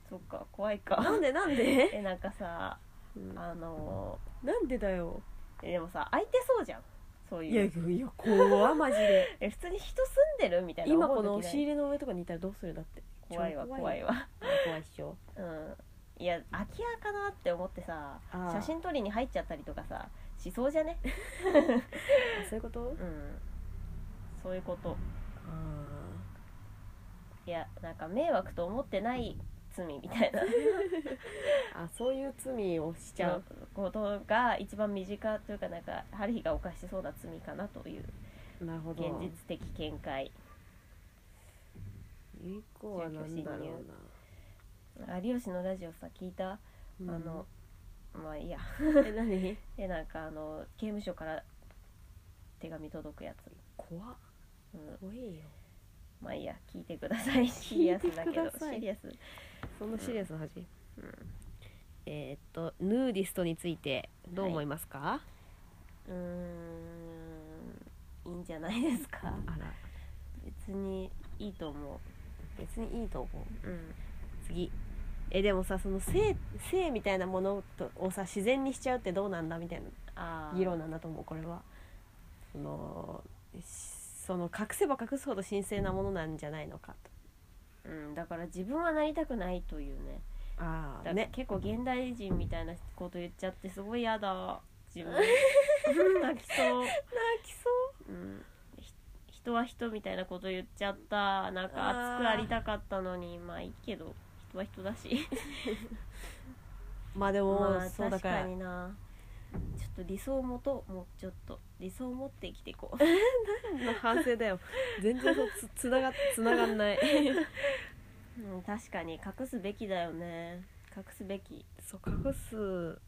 S4: そっか怖い
S3: な
S4: か
S3: んでなん で、
S4: えなんかさ
S3: うん
S4: あの
S3: なんでだよ
S4: えでもさ空いてそうじゃんそう
S3: いや
S4: い
S3: いうや怖マジで
S4: え普通に人住んでるみたいな
S3: 今
S4: 思
S3: こ
S4: う時
S3: の
S4: な
S3: 押
S4: い
S3: し入れの上とかにいたらどうするだって
S4: 怖いわ
S3: 超よ
S4: 怖いわ
S3: 怖いっしょ
S4: うんいや空き家かなって思ってさ
S3: あー
S4: 写真撮りに入っちゃったりとかさしそうじゃね
S3: あそういうこと
S4: うんそういうこと
S3: あ
S4: いやなんか迷惑と思ってない罪みたいな
S3: ーあそういう罪をしちゃう
S4: ことが一番身近というかなんか春日が犯しそうな罪かなという
S3: なるほ
S4: 現実的見解
S3: 有効は何だろうな
S4: 有吉のラジオさ聞いた、
S3: うん
S4: あのまあいいや
S3: え何
S4: でなんかあの刑務所から手紙届くやつ、
S3: 怖っ
S4: うん、
S3: 怖いよ
S4: まあいいや聞いてくださいシリアスだけ
S3: 聞い
S4: ど
S3: てください
S4: シリアス
S3: そんなシリアスな話、えーっとヌーディストについてどう思いますか、
S4: うーんいいんじゃないですか
S3: あら
S4: 別にいいと思
S3: 別にいいと思う
S4: ううん
S3: 次えでもさその性性みたいなものとをさ自然にしちゃうってどうなんだみたい
S4: あ
S3: な
S4: あ
S3: 議論なんだと思うこれはそのしその隠せば隠すほど神聖なものなんじゃないのかと
S4: うん、だから自分はなりたくないというね
S3: あ
S4: だか
S3: あ
S4: ら
S3: ね
S4: 結構現代人みたいなこと言っちゃってすごい嫌だ自 分泣きそう、
S3: 泣きそう
S4: うん、ひ人は人みたいなこと言っちゃったなんか熱くありたかったのにまあいいけど人は人だ し
S3: まあでも、
S4: まあ
S3: そうだ
S4: 確
S3: か
S4: からになちょっと理想を持とうもうちょっと理想を持って生きていこう
S3: の反省 だよ全然そうつつながつながんない
S4: うん、確かに隠すべきだよね隠すべき、
S3: そう隠す
S4: う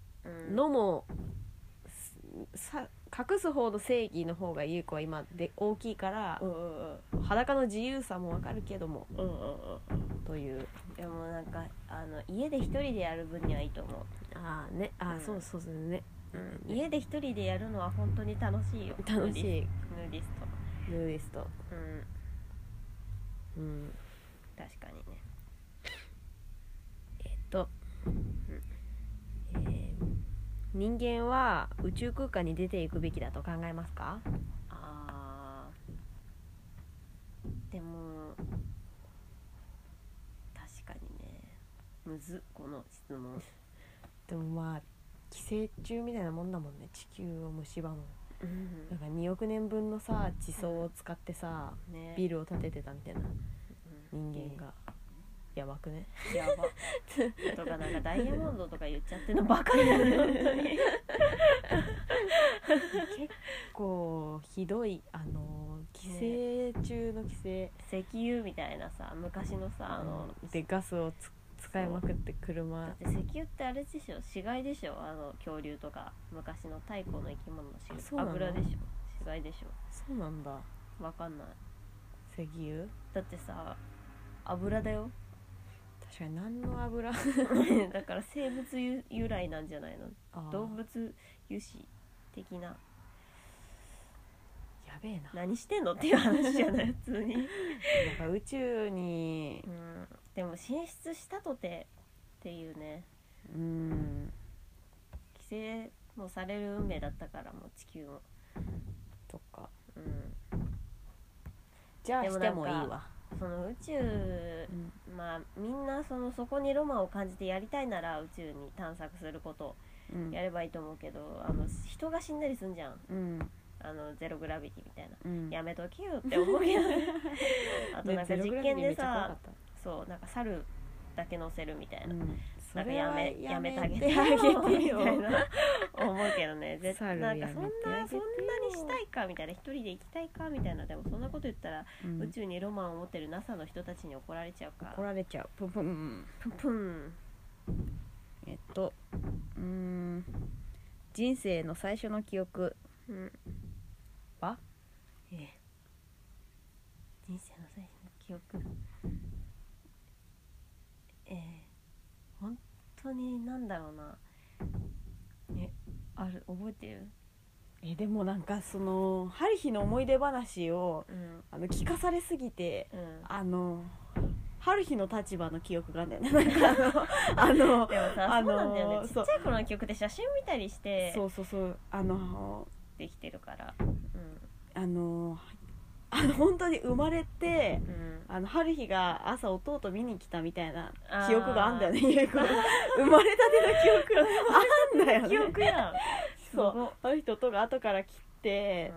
S4: ん、
S3: のもすさ隠す方の正義の方が優子は今で大きいから
S4: う、んうんうん
S3: 裸の自由さもわかるけども
S4: うんうんうん
S3: という
S4: でもなんかあの家で一人でやる分にはいいと思
S3: ああねあー、
S4: うん
S3: そうそうそうね、
S4: う、家で一人でやるのは本当に楽しいよヌー
S3: 楽しい
S4: ディス
S3: ヌーディスト、
S4: トうん
S3: うん、
S4: 確かにね
S3: えっと、えー人間は宇宙空間に出ていくべきだと考えますか
S4: あーでも確かにねむずっこの質問
S3: でもまあ寄生虫みたいなもんだもんね地球を蝕むなんか2億年分のさ地層を使ってさ
S4: ね
S3: ビルを建ててたみたいな
S4: うん
S3: 人間がやばくね
S4: やばとかなんかダイヤモンドとか言っちゃってんのバカだよね本当に
S3: こうひどいあのー寄生虫の寄生、
S4: 石油みたいなさ昔のさあの、
S3: でガスをつ使いまくって
S4: だ
S3: 車
S4: って石油ってあれでしょ死骸でしょあの恐竜とか昔の太古の生き物の死
S3: あそうなの
S4: 油でしょ死骸でし
S3: そうなんだ
S4: ょわかんない
S3: 石油
S4: だってさ油だよ
S3: 確かに何の油あ
S4: だから生物由由来なんじゃないの
S3: ー
S4: 動物油脂的な
S3: やべえな
S4: 何してんのっていう話じゃない 普通に、
S3: なんか宇宙に
S4: うん、でも進出したとてっていうね
S3: うん
S4: 規制もされる運命だったからもう地球も、
S3: とか
S4: うん、
S3: じゃあ
S4: で
S3: し
S4: も
S3: て
S4: なんか
S3: もいいわ
S4: その宇宙まあみんなそのそこにロマンを感じてやりたいなら宇宙に探索すること
S3: うん
S4: やればいいと思うけど、あの人が死んだりすんじゃん
S3: うん
S4: あのゼログラビティみたいな、
S3: うん
S4: やめときよって思うけど あとなんか
S3: ねゼロ
S4: 実
S3: グラ
S4: 験
S3: ビティめ
S4: で
S3: っちゃ怖か
S4: さ
S3: った
S4: そうなんか猿だけ乗せるみたいな、
S3: うんそ
S4: なんか
S3: れ
S4: や
S3: は
S4: めやめてあげて
S3: やめてあげてよ
S4: みたいな 思うけどね絶
S3: 猿
S4: 対
S3: や
S4: な
S3: め
S4: ん
S3: て
S4: か
S3: あげ
S4: そ
S3: て
S4: ん
S3: よ
S4: なそんなにしたいかみたいな一人で行きたいかみたいなでもそんなこと言ったら、
S3: うん
S4: 宇宙にロマンを持ってる NASA の人たちに怒られちゃうから
S3: 怒られちゃうプンプン
S4: プンプン
S3: えっとうーん人生の最初の記憶
S4: うん
S3: は
S4: ええ人生の最初の記憶ええ本当になんだろうなえある覚えてる
S3: えでもなんかそのハリヒの思い出話を
S4: うん
S3: あの聞かされすぎて
S4: うん
S3: あのハルヒの立場の記憶があんだよね なんかあのあの
S4: でもさ、
S3: あの
S4: そうなんだよねちっち
S3: そ
S4: ゃ
S3: う
S4: い頃の記憶って写真見たりして
S3: そうそうそうあの
S4: できてるからう
S3: あのあの本当に生まれて
S4: んうん
S3: あの春日が朝弟見に来たみたいな
S4: あー
S3: 記憶があんだよね ゆう子生まれたての記憶あんだよ ね
S4: 記 憶やんす
S3: そ
S4: ご
S3: う春日と弟が後から来
S4: う
S3: て、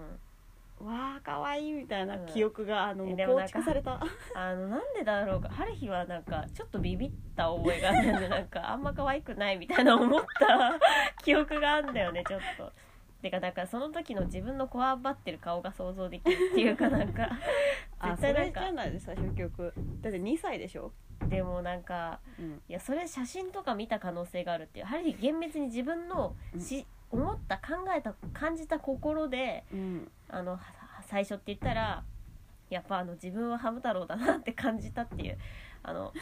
S4: ん
S3: わあかわいいみたいな
S4: うん
S3: 記憶が、あの
S4: えでも
S3: 構
S4: なんか
S3: 築された
S4: あのなんでだろうか春日はなんかちょっとビビった覚えがあるんだよねなんかあんま可愛くないみたいな思った記憶があるんだよねちょっと。てかなんかその時の自分のこわばってる顔が想像できるっていうかなんか
S3: あ
S4: 絶
S3: それ
S4: 対なん
S3: じゃ
S4: か
S3: ない最初の記憶だって2歳でしょ
S4: でもなんか
S3: うん
S4: いやそれ写真とか見た可能性があるっていうハリー厳密に自分のし、思った考えた感じた心で
S3: うん
S4: あのは最初って言ったらやっぱあの自分はハム太郎だなって感じたっていうあの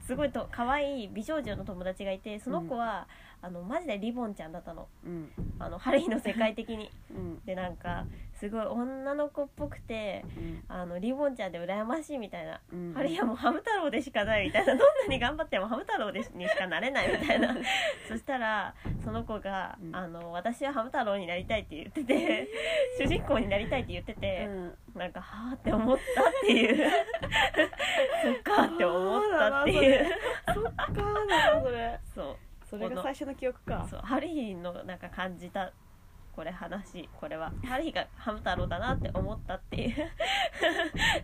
S4: すごいと可愛い美少女の友達がいてその子は、あのマジでリボンちゃんだったの
S3: うん
S4: あのハリーの世界的に。
S3: うん
S4: でなんかすごい女の子っぽくて
S3: うん
S4: あのリボンちゃんで羨ましいみたいな
S3: うん
S4: あれいやもうハム太郎でしかないみたいなどんなに頑張ってもハム太郎でしにしかなれないみたい なそしたらその子が、
S3: うん
S4: あの「私はハム太郎になりたい」って言って て主人公になりたいって言って
S3: う
S4: て、
S3: ん
S4: なんかはあって思ったっていうそっかって思ったっていう
S9: そっ かーだなそれ
S4: そう
S9: それが最初の記憶か
S4: そうハリーのなんか感じたこれ話これはハリーがハム太郎だなって思ったっていう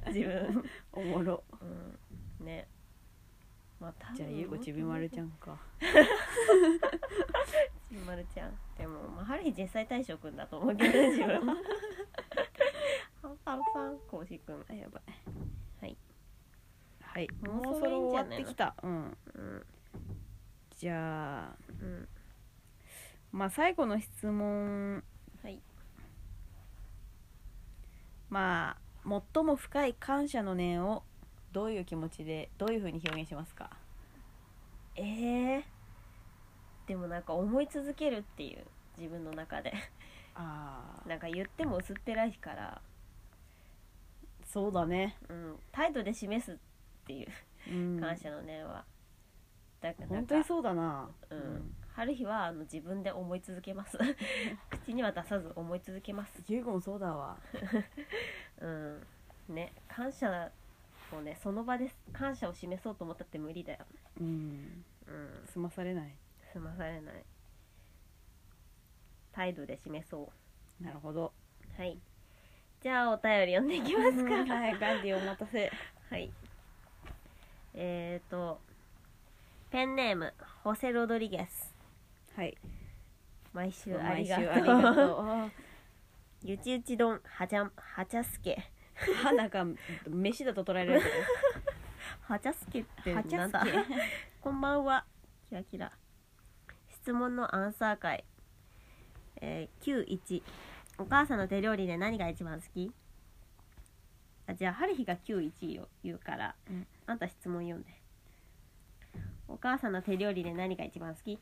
S4: 自分、
S3: おもろ
S4: うん、ねまあ多分
S3: じゃあゆうこちびまるちゃんか
S4: ちびまるちゃんでも、まあ、ハリー実際退職君だと思うけどね自分はハンパンパンコウシ君
S3: あやばい
S4: はい
S3: はい
S4: も
S3: も
S4: う
S3: う
S4: そ
S3: そ
S4: ろ
S3: ろ
S4: いいんじゃ
S3: 終
S4: な
S3: わ
S4: い
S3: っ
S4: の
S3: てきたうん
S4: うん
S3: じゃあ
S4: うん
S3: まあ最後の質問
S4: はい
S3: まあ最も深い感謝の念をどういう気持ちでどういうふうに表現しますか
S4: えー、でもなんか思い続けるっていう自分の中で
S3: あ
S4: なんか言っても薄っぺらいから、
S3: そうだね、
S4: うん、態度で示すっていう
S3: うん、
S4: 感謝の念は、だからなん
S3: 本
S4: か
S3: 当にそうだな
S4: う、ん、春日はあの自分で思い続け ます口には出さず思い続けます
S3: 優子もそうだわ
S4: うんね感謝をねその場で感謝を示そうと思ったって無理だよね
S3: うん
S4: うん
S3: 済まされない
S4: 済まされない態度で示そ
S3: なるほど
S4: うはいじゃあお便り読んでいきますか、
S3: はいガンディお待たせ
S4: はい。えーと、ペンネーム、ホセ・ロドリゲス。
S3: はい
S4: 毎週あ
S3: 毎
S4: り
S3: 週
S4: が
S3: あ
S4: とう。
S3: りがとう
S4: ゆちうち丼、はちゃん、はちゃすけ。
S3: 歯なんか飯だと捉えられる
S4: はちゃすけ って
S3: はち
S4: な
S3: ゃ
S4: ん
S3: す
S4: だ
S3: け
S4: こんばんは。キラキラ。質問のアンサー会。えー、91。お母さんの手料理で何が一番好きあじゃあ、春日が91を言うから、
S3: うん
S4: あんた質問読んで。お母さんの手料理で何が一番好き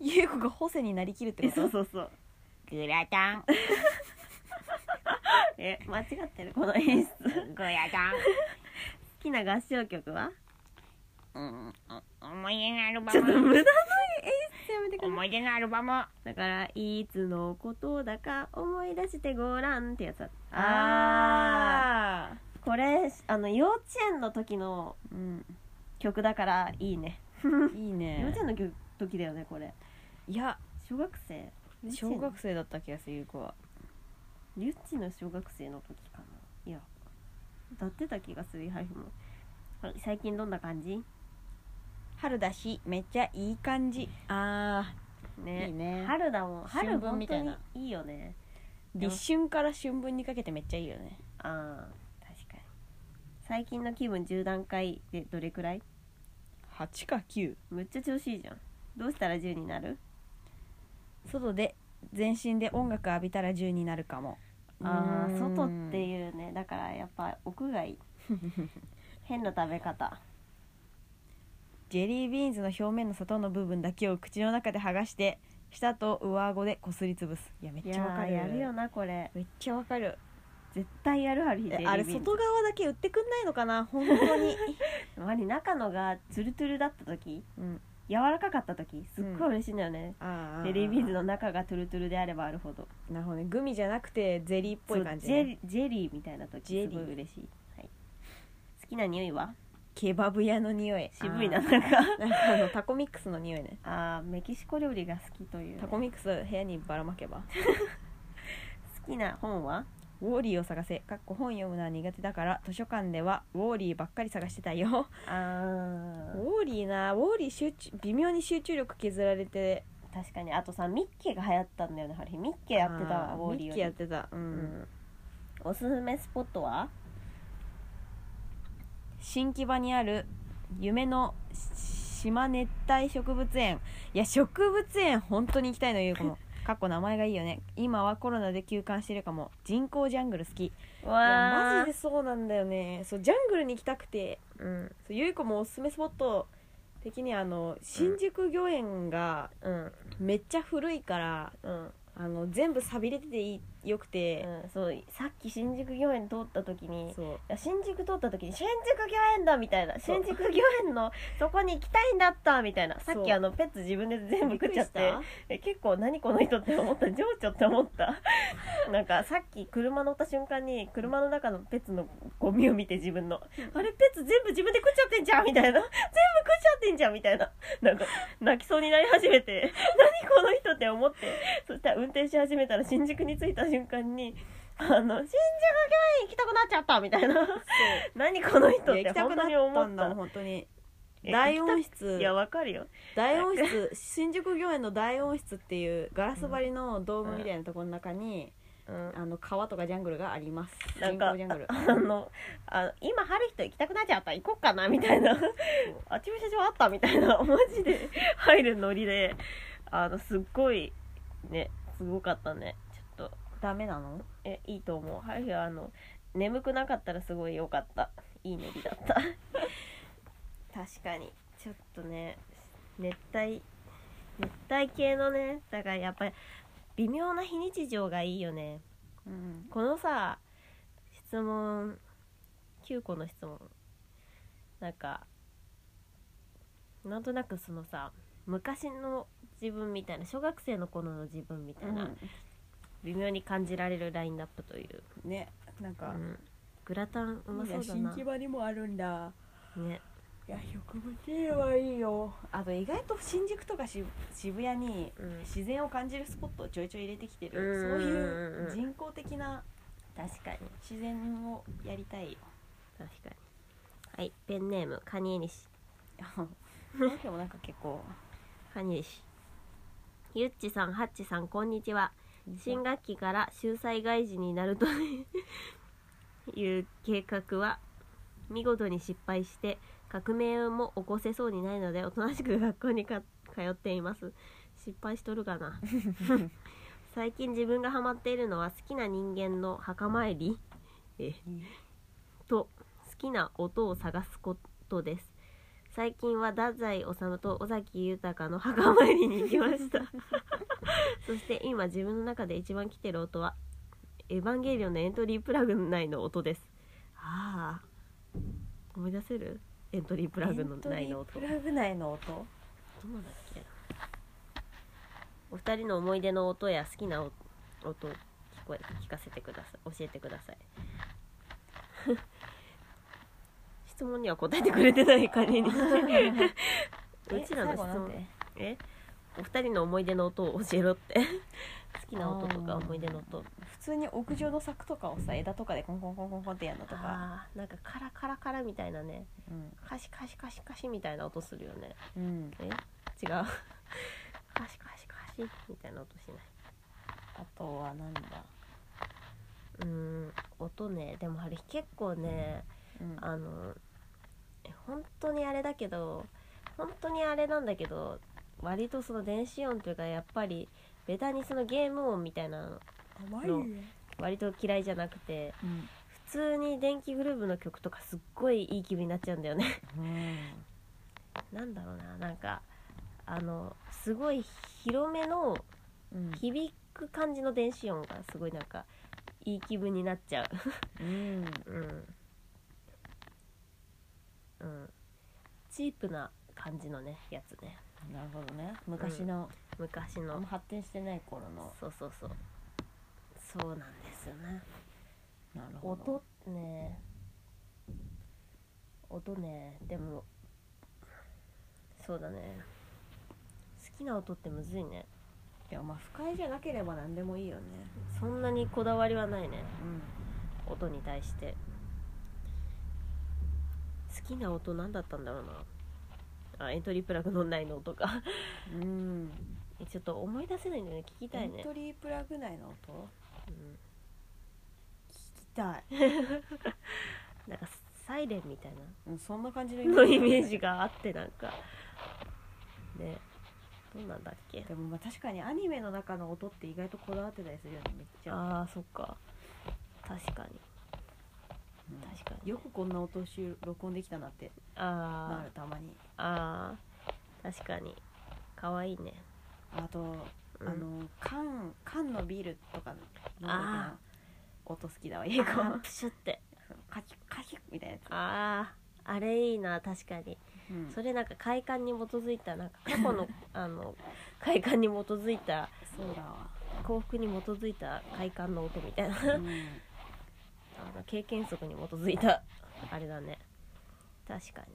S3: 優子がホセになりきるって
S4: え
S3: こ
S4: そう
S3: と
S4: そうそう
S3: グラタン
S4: え間違ってるこの演出 好
S3: グラタン
S4: きな合唱曲は
S3: うん、お思い出のアルバ
S4: ちょっと無駄な演出やめてください
S3: 思い出のアルバム
S4: だからいつのことだか思い出してごらんってやつだあ
S3: あ
S4: ーこれあの幼稚園の時の
S3: ーうん
S4: 曲だからいいね幼
S3: いい
S4: 稚
S3: ね
S4: 園の曲時だよねこれ
S3: いや
S4: 小学生
S3: 小
S4: 幼稚園
S3: 学生だった気がする優子は
S4: リュッチの小学生の時かないや歌ってた気がするイハリもあ最近どんな感じ
S3: 春だしめっちゃいい感じあ
S4: ね
S3: いいね
S4: 春だもん春
S3: 春
S4: 本
S3: み
S4: 当
S3: たい
S4: に
S3: ない
S4: いよね
S3: ー立春から春分にかけてめっちゃいいよね
S4: あー確かに最近の気分10段階でどれくらい
S3: 8か9
S4: むっちゃ調子いいじゃんどうしたら10になる
S3: 外で全身で音楽浴びたら10になるかも
S4: ああ
S3: うーん
S4: 外っていうねだからやっぱ屋外 変な食べ方
S3: ジェリービーンズの表面の砂糖の部分だけを口の中で剥がして舌と上顎でこすりつぶすいやめっ
S4: い
S3: ち
S4: や
S3: ゃわか
S4: ー
S3: る
S4: やるよなこれ
S3: めっちゃわかる
S4: 絶対やるはるひ
S3: えあれ外側だけ売ってくんないのかな本当に
S4: まり中のがツルツルだった時
S3: うん
S4: 柔らかかった時すっごい嬉しいんだよね、
S3: あ
S4: ジェリービーンズの中がトゥルトゥルであればあるほど
S3: なるほどねグミじゃなくてゼリーっぽい感じ、
S4: そうジェ
S3: ね、
S4: リジェリーみたいな時
S3: ジェリー
S4: すごい嬉しい、はい、好きな匂いは
S3: ケバブ屋の匂い
S4: 渋いな
S3: あ
S4: なんか
S3: ーなんかあのタコミックスの匂いね
S4: あーメキシコ料理が好きというね、
S3: タコミックス部屋にばらまけば
S4: 好きな本は
S3: ウォーリーを探せかっこ本読むのは苦手だから図書館ではウォーリーばっかり探してたよ
S4: あー
S3: ウォーリーなウォーリー集中微妙に集中力削られて
S4: 確かにあとさミッケが流行ったんだよねハリーミッケやってたわ
S3: あ
S4: ウォーリーよ
S3: ミッ
S4: り
S3: キーやってたう、
S4: うんんおすすめスポットは
S3: 新木場にある夢の島熱帯植物園いや植物園本当に行きたいのゆうこ もかっこ名前がいいよね今はコロナで休館してるかも人工ジャングル好きいや
S4: わ
S3: マジでそうなんだよねそうジャングルに行きたくて
S4: ーうん
S3: そうゆいこもおすすめスポット的にあの新宿御苑が
S4: うん
S3: めっちゃ古いから、
S4: うん
S3: あの全部錆びれてていいよくて、
S4: うんそうさっき新宿御苑通った時に
S3: そう
S4: いや新宿通った時に「新宿御苑だ!」みたいな「
S3: そう
S4: 新宿御苑のそこに行きたいんだった!」みたいなさっ
S3: そう
S4: きあのペッツ自分で全部食っちゃっ
S3: びくり
S4: て
S3: した
S4: え結構何この人って思った情緒って思った なんかさっき車乗った瞬間に車の中のペッツのゴミを見て自分の「あれペッツ全部自分で食っちゃってんじゃん」みたいな「 全部食っちゃってんじゃん」みたいななんか泣きそうになり始めて 「何この人」って思ってそしたら運転し始めたら新宿に着いた瞬間に「あの新宿御苑行きたくなっちゃった」みたいな「 何この人」っ
S3: いや
S4: て
S3: 行
S4: 本
S3: きたく
S4: 当
S3: な
S4: に
S3: った
S4: 思っ
S3: んだもん
S4: た。
S3: 本当に
S4: え
S3: 大音
S4: い
S3: 室
S4: やわかるよ
S3: 大音室新宿御苑の大音室っていうガラス張りのドームみたいなところの中に、
S4: うん
S3: あの川とかジャングルがあります
S4: なんか
S3: 人工ジャン グル
S4: あのあ今春人行きたくなっちゃった行こっかなみたいなあ駐車場あったみたいな マジで入るノリであのすっごいねすごかったねちょっと
S3: ダメなの
S4: えいいと思う春日はあの眠くなかったらすごい良かったいいノリだった 確かにちょっとね熱帯熱帯系のねだからやっぱり微妙な非日常がいいよね
S3: うん
S4: このさ質問9個の質問なんかなんとなくそのさ昔の自分みたいな小学生の頃の自分みたいな、微妙に感じられるラインナップという、
S3: ねなん
S4: う
S3: か、
S4: ん、グラタンうま
S3: い
S4: そ
S3: や
S4: うだな
S3: 場にもあるんだ
S4: ね
S3: いや植物園はいいよあと意外と新宿とかし渋谷に
S4: うん
S3: 自然を感じるスポットをちょいちょい入れてきてる、
S4: うん
S3: そう
S4: うん
S3: いううん人工的な
S4: 確かに
S3: 自然をやりたいよ
S4: 確かにはいペンネームカニエニシ
S3: あのでもなんか結構
S4: カニエニシゆっちさんハッチさんこんにちは新学期から秀才外事になるという計画は見事に失敗して革命も起こせそうにないのでおとなしく学校にか通っています失敗しとるかな 最近自分がハマっているのは好きな人間の墓参りえと好きな音を探すことです最近は太宰治と尾崎豊の墓参りに行きましたそして今自分の中で一番来てる音は「エヴァンゲリオン」のエントリープラグ内の音ですああ思い出せるエントリープラグの内の音
S3: エントリープラグ内の音
S4: どんなんだっけお二人の思い出の音や好きな音音聞こえ聞かせてください教えてください 質問には答えてくれてない仮 にうちらの質問えお二人の思い出の音を教えろって 好きな音とか思い出の音
S3: 普通に屋上の柵とかをさ枝とかでコンコンコンコンコンってやるのとか、
S4: あーなんかカラカラカラみたいなね
S3: うん
S4: カシカシカシカシみたいな音するよね
S3: うん、
S4: え違う カシカシカシみたいな音しない
S3: あとはなんだ、
S4: うーん音ねでもあれ結構ね
S3: うん、
S4: あのえ本当にあれだけど本当にあれなんだけど割とその電子音というかやっぱりベタにそのゲーム音みたいなの
S3: 甘
S4: いよ割と嫌いじゃなくて
S3: うん、
S4: 普通に電気グループの曲とかすっごいいい気分になっちゃうんだよね なんだろうななんかあのすごい広めの
S3: うん
S4: 響く感じの電子音がすごいなんかいい気分になっちゃう
S3: うん、
S4: うん、うん、チープな感じのねやつね
S3: なるほどね昔の、
S4: 昔
S3: あん
S4: の
S3: ま発展してない頃の
S4: そうそうそうそうなんですよね
S3: なるほど
S4: 音ね音ねでもそうだね好きな音ってむずいね
S3: いやまあ不快じゃなければ何でもいいよね
S4: そんなにこだわりはないね
S3: うん
S4: 音に対して好きな音何だったんだろうなあエントリープラグのないの音か
S3: うん、
S4: えちょっと思い出せないんだよね聞きた
S3: エ
S4: い
S3: ン
S4: ね
S3: ト、リープラグ内の音
S4: うん
S3: 聞きたい
S4: なんかすサイレンみたい
S3: うんそんな感じの
S4: なのイメージがあってなんかねどうなんだっけ
S3: でもまあ確かにアニメの中の音って意外とこだわってたりするよねめっちゃ、
S4: あーそっか確かに
S3: うん
S4: 確かに
S3: よくこんな音収録音できたなってな
S4: あ
S3: るたまに
S4: ーあー確かに可愛いね、
S3: あと、
S4: うん
S3: あの缶缶のビールとかの
S4: あ
S3: 音好きだわ英語
S4: あー プシュって
S3: カキカキみたいなや
S4: あああれいいな確かに
S3: つ、うん
S4: それなんか快感に基づいたなんか過去 のあの快感に基づいた
S3: そうだわ、
S4: 幸福に基づいた快感の音みたいな
S3: うん
S4: あの経験則に基づいたあれだね確かに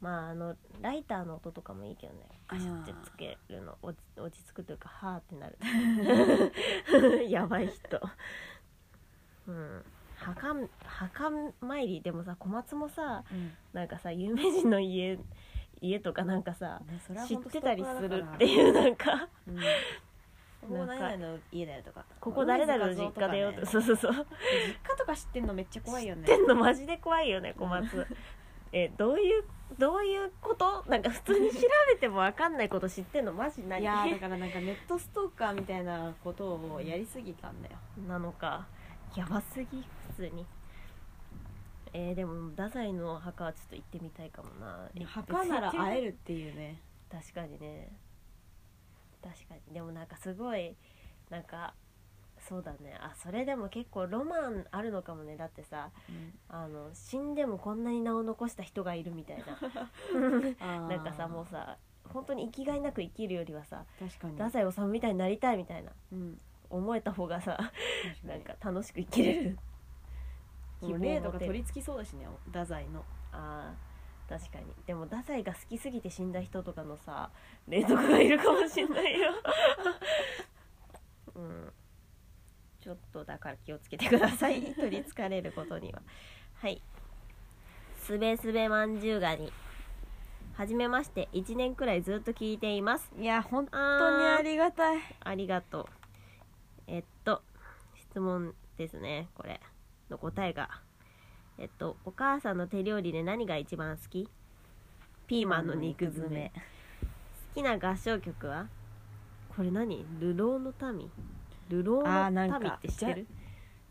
S4: まああのライターの音とかもいいけどねカシュってつけるの落ち落ち着くというかはーってなる やばい人うん墓墓参りでもさ小松もさ
S3: うん
S4: なんかさ有名人の家 家とかなんかさ
S3: ねそれは
S4: 知っ
S3: 本当
S4: てたりするって
S3: ス
S4: いうなんか
S3: トーカーだから、うん、ここ何々の家だよとか
S4: ここ誰々の実家だよって
S3: とかね
S4: そうそうそう
S3: 実家とか知ってんのめっちゃ怖いよね
S4: 知ってんのマジで怖いよね小松えどういうどういうことなんか普通に調べても分かんないこと知ってんのマジ何
S3: いやーだからなんかネットストーカーみたいなことをやりすぎたんだよ、
S4: なのかやばすぎ普通にえー、でも太宰の墓はちょっと行ってみたいかもな
S3: 墓なら会え
S4: る
S3: るっていうね
S4: 確かにね確かにでもなんかすごいなんかそうだねあそれでも結構ロマンあるのかもねだってさあの死んでもこんなに名を残した人がいるみたいなな
S3: なん
S4: かさもうさ本当に生きがいなく生きるよりはさ
S3: 確かに
S4: 太宰治みたいになりたいみたいな
S3: うん
S4: 思えた方がさ
S3: 確か
S4: なん
S3: に
S4: か楽しく生きれる
S3: もう霊とか取り付きそうだしね太宰の
S4: あー確かにでも太宰が好きすぎて死んだ人とかのさ霊とかがいるかもしんないようんちょっとだから気をつけてください取りつかれることにははいすべすべまんじゅうがにはじめまして1年くらいずっと聞いています
S3: いや本
S4: 当にあ
S3: りがたい
S4: ありがとう。えっと、質問ですね、これ。の答えが。えっと、お母さんの手料理で何が一番好きピーマンの肉詰め。好きな合唱曲はこれ何流浪の民流浪
S3: あー
S4: の
S3: なんか
S4: 民って知ってる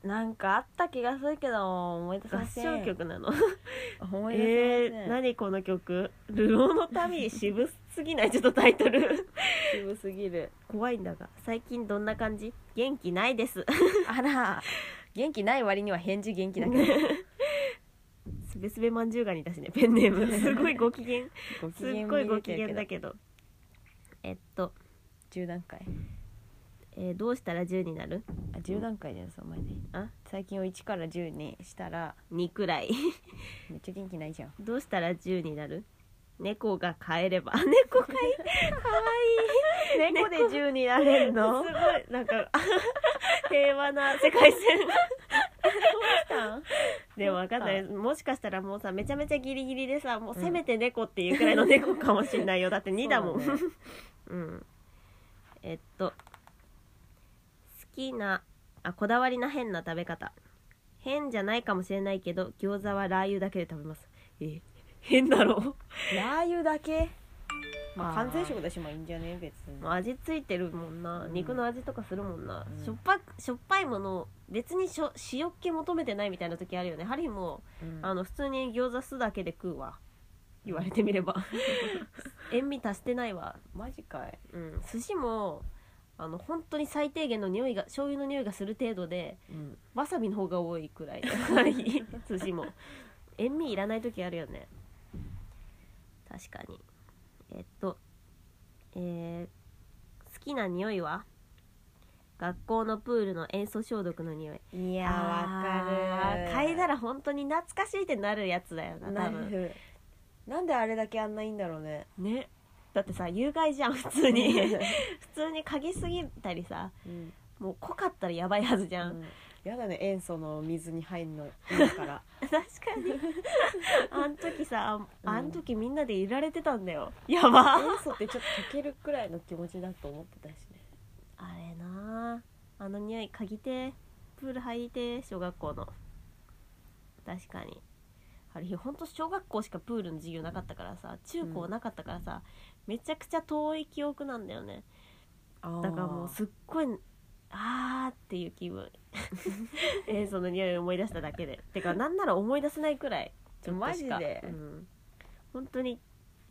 S3: なんかあった気がするけど思い出
S4: 合
S3: させん
S4: 唱曲なの。
S3: 思い出
S4: え
S3: せ
S4: ー、
S3: ません
S4: 何この曲流浪の民渋すぎないちょっとタイトル。
S3: 渋すぎる
S4: 怖いんだが。最近どんな感じ元気ないです。
S3: あら元気ない割には返事元気だけど
S4: すべすべまんじゅうがにだしねペンネーム すごいご機嫌
S3: ご
S4: すっごいご機嫌だ
S3: だけど
S4: けどえっと、
S3: 10段階
S4: えーどうしたら10になる
S3: あ10段階だよその前に
S4: あ
S3: 最近を1から10にしたら
S4: 2くらい
S3: めっちゃ元気ないじゃん
S4: どうしたら10になる猫が飼えれば 猫飼い
S3: 猫で10になれんの
S4: すごいなんか平和な世界線でも分かんないもしかしたらもうさめちゃめちゃギリギリでさもうせめて猫っていうくらいの猫かもしんないよだって2だもん
S3: そうだね
S4: うん。えっと、好きな、あ、こだわりな変な食べ方。変じゃないかもしれないけど、餃子はラー油だけで食べます。え、変だろ
S3: ラー油だけまあ
S4: あー
S3: 完全食だしまあいいんじゃね別に
S4: もう味ついてるもんな。
S3: うん
S4: 肉の味とかするもんな。
S3: うん
S4: しょっぱく、しょっぱいものを、別にしょ塩っ気求めてないみたいな時あるよね。ハリーも、
S3: うん
S4: あの、普通に餃子酢だけで食うわ。言われてみれば。 塩味足してないわ。
S3: マジかい
S4: うん、寿司もあの本当に最低限の匂いが醤油の匂いがする程度で
S3: うん
S4: わさびの方が多いくらいはい寿司も塩味いらない時あるよね確かにえっとえー好きな匂いは学校のプールの塩素消毒の匂い
S3: いや
S4: あー嗅いだら本当に懐かしいってなるやつだよな多
S3: な
S4: 分
S3: るなんであれだけあんないいんだろうね
S4: ねだってさ有害じゃん普通 に普通に嗅ぎすぎたりさ
S3: うん
S4: もう濃かったらやばいはずじゃん、
S3: やだね塩素の水に入んの今から
S4: 確かにあん時さ
S3: うん
S4: あん時みんなでいられてたんだよやば
S3: 塩素ってちょっと溶けるくらいの気持ちだと思ってたしね
S4: あれなああの匂い嗅ぎてプール入りて小学校の確かにあれほんと小学校しかプールの授業なかったからさ中高なかったからさ、めちゃくちゃ遠い記憶なんだよね
S3: あ
S4: だからもうすっごいあーっていう気分 えーその匂いを思い出しただけでてかなんなら思い出せないくらいちょっとしか
S3: マジで
S4: うん、本当に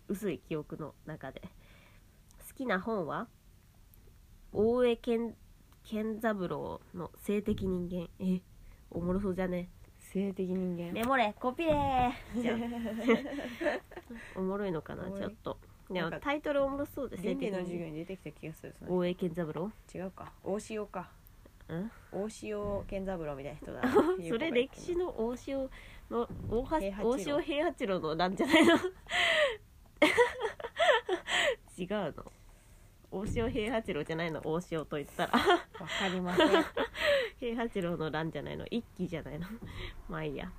S4: 薄い記憶の中で好きな本は大江健健三郎の「性的人間」えおもろそうじゃね
S3: 性的人間
S4: メモれコピー じゃんおもろいのかな
S3: おもろい
S4: ちょっとでも
S3: なんか
S4: タイトルおもろそうで
S3: 倫理の授業
S4: 人
S3: に出てきた気がするそ
S4: 間
S3: の
S4: 大江健三郎
S3: 違うか大塩か
S4: うん
S3: 大塩健三郎みたいな人だ
S4: それ歴史の大塩の大は
S3: 平八郎
S4: 大塩平八郎のなんじゃないの 違うの大塩平八郎じゃないの大塩と言ったら
S3: わかりません
S4: 平八郎の乱じゃないの一揆じゃないのまあいいや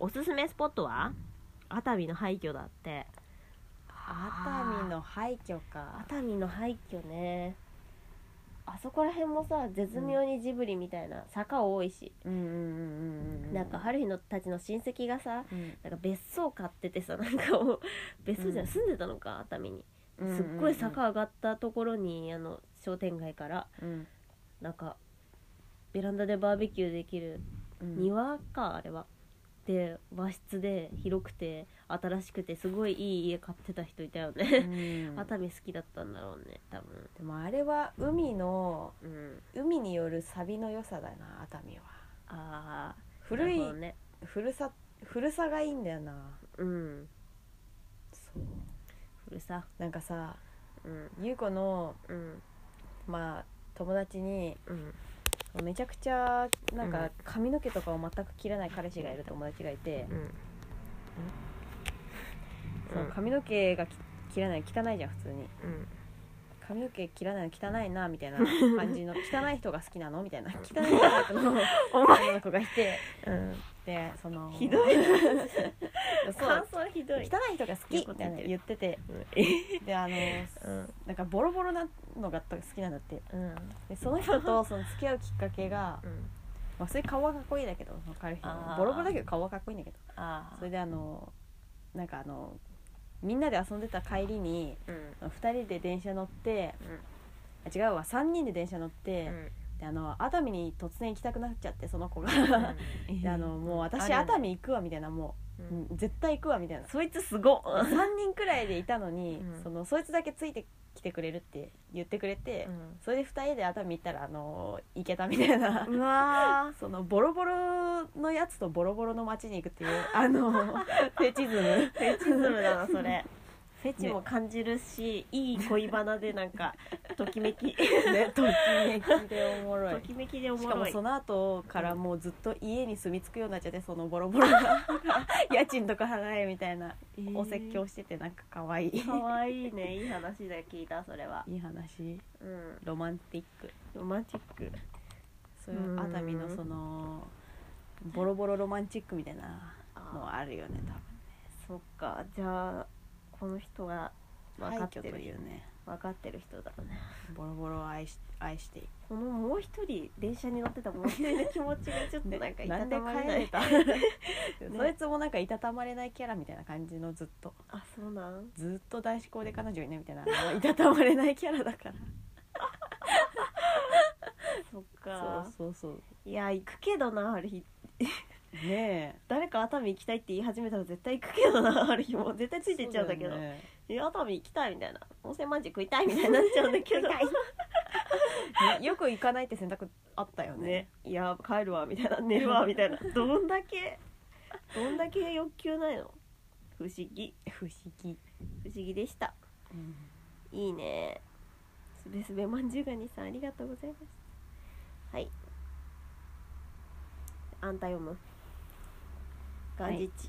S4: おすすめスポットは熱海の廃墟だって
S3: 熱海の廃墟か
S4: 熱海の廃墟ねあそこら辺もさ絶妙にジブリみたいな坂多いし、
S3: うんうんうんうんう
S4: なんか春日のたちの親戚がさ
S3: うん
S4: なんか別荘買っててさなんかもう別荘じゃない、
S3: うん
S4: 住んでたのか熱海に
S3: うんうん
S4: すっごい坂上がったところにあの商店街から
S3: うん
S4: なんかベランダでバーベキューできる
S3: うん
S4: 庭かあれはで和室で広くて新しくてすごいいい家買ってた人いたよ
S3: う
S4: ね、
S3: ん
S4: 熱海好きだったんだろうね多分
S3: でもあれは海の
S4: うん
S3: 海によるサビの良さだな熱海は
S4: ああ
S3: 古い
S4: ね
S3: 古さ古さがいいんだよな
S4: うん
S3: そう
S4: 古さ
S3: なんかさ
S4: うん
S3: 優子の
S4: うん
S3: まあ友達に
S4: うん
S3: めちゃくちゃなん
S4: う
S3: か
S4: ん
S3: 髪の毛とかを全く切らない彼氏がいる友達がいて、
S4: うん
S3: その髪の毛がき切らない汚いじゃん普通に
S4: うん
S3: 髪の毛切らないの汚いな みたいな感じの汚い人が好きなのみたいな汚いタイプの女の子がいて
S4: うん
S3: でその
S4: ひどい
S3: そう
S4: 感想ひど
S3: 汚
S4: い
S3: い人が好きみたいな言っててであの
S4: うん
S3: なんかボロボロなのが好きなんだって
S4: うん
S3: でその人とその付き合うきっかけが、
S4: うん
S3: まあ、それ顔はかっこいいんだけどその彼氏
S4: あー
S3: ボロボロだけど顔はかっこいいんだけど
S4: ああ
S3: それであのなんかあのみんなで遊んでた帰りに
S4: うん
S3: 2人で電車乗って、あ違うわ3人で電車乗って、であの熱海に突然行きたくなっちゃってその子が、であのもう私熱海行くわみたいなも
S4: う
S3: う、うんん絶対行くわみたいな
S4: そいつすごっ
S3: 3人くらいでいたのに、
S4: うん
S3: そのそいつだけついてきてくれるって言ってくれて、それで2人で熱海行ったらあの行けたみたいな
S4: うわ
S3: そのボロボロのやつとボロボロの街に行くっていうあ のフェチズム
S4: ーフェチズムだなそ れフェチも感じるしいい恋バナでなんかときめき
S3: ねときめきでおもろ
S4: と
S3: い
S4: きめきでお
S3: し
S4: も
S3: か
S4: ろ
S3: も
S4: い
S3: その後からもうずっと家に住み着くようになっちゃってそのボロボ ロが家賃とか払えみたいなお説教しててなんか可愛い
S4: かわいいねいい話だよ聞いたそれはい
S3: い話
S4: うん
S3: ロマンティック
S4: ロマンチック
S3: そういう熱海のそのボロボロロマンチックみたいなのあるよね
S4: そっかじゃあこの人が
S3: 多分
S4: 分かって
S3: 廃墟と
S4: る
S3: いうね
S4: 分かってる人だね
S3: ボロボロを愛し愛している
S4: このもう一人電車に乗ってたもう一人の気持ちがちょっとなんかいたたまれない
S3: なんで帰れたそいつもなんかいたたまれないキャラみたいな感じのずっと
S4: あそうなん
S3: ずっと男子校で彼女いないみたいなあのいたたまれないキャラだ から
S4: そっか
S3: そうそうそう
S4: いや行くけどなある日
S3: ねえ
S4: 誰か熱海行きたいって言い始めたら絶対行くけどな ある日もう絶対ついてっちゃうんだけど
S3: そうね
S4: いや熱海行きたいみたいな温泉まんじゅう食いたいみたいになっちゃうんだけど
S3: ねよく行かないって選択あったよね
S4: ねいや帰るわみたいな寝るわ みたいなどんだけどんだけ欲求ないの不思議
S3: 不思議、
S4: 不思議でした
S3: うん
S4: いいねすべすべまんじゅうがにさんありがとうございますはいあんた読むガンジッチ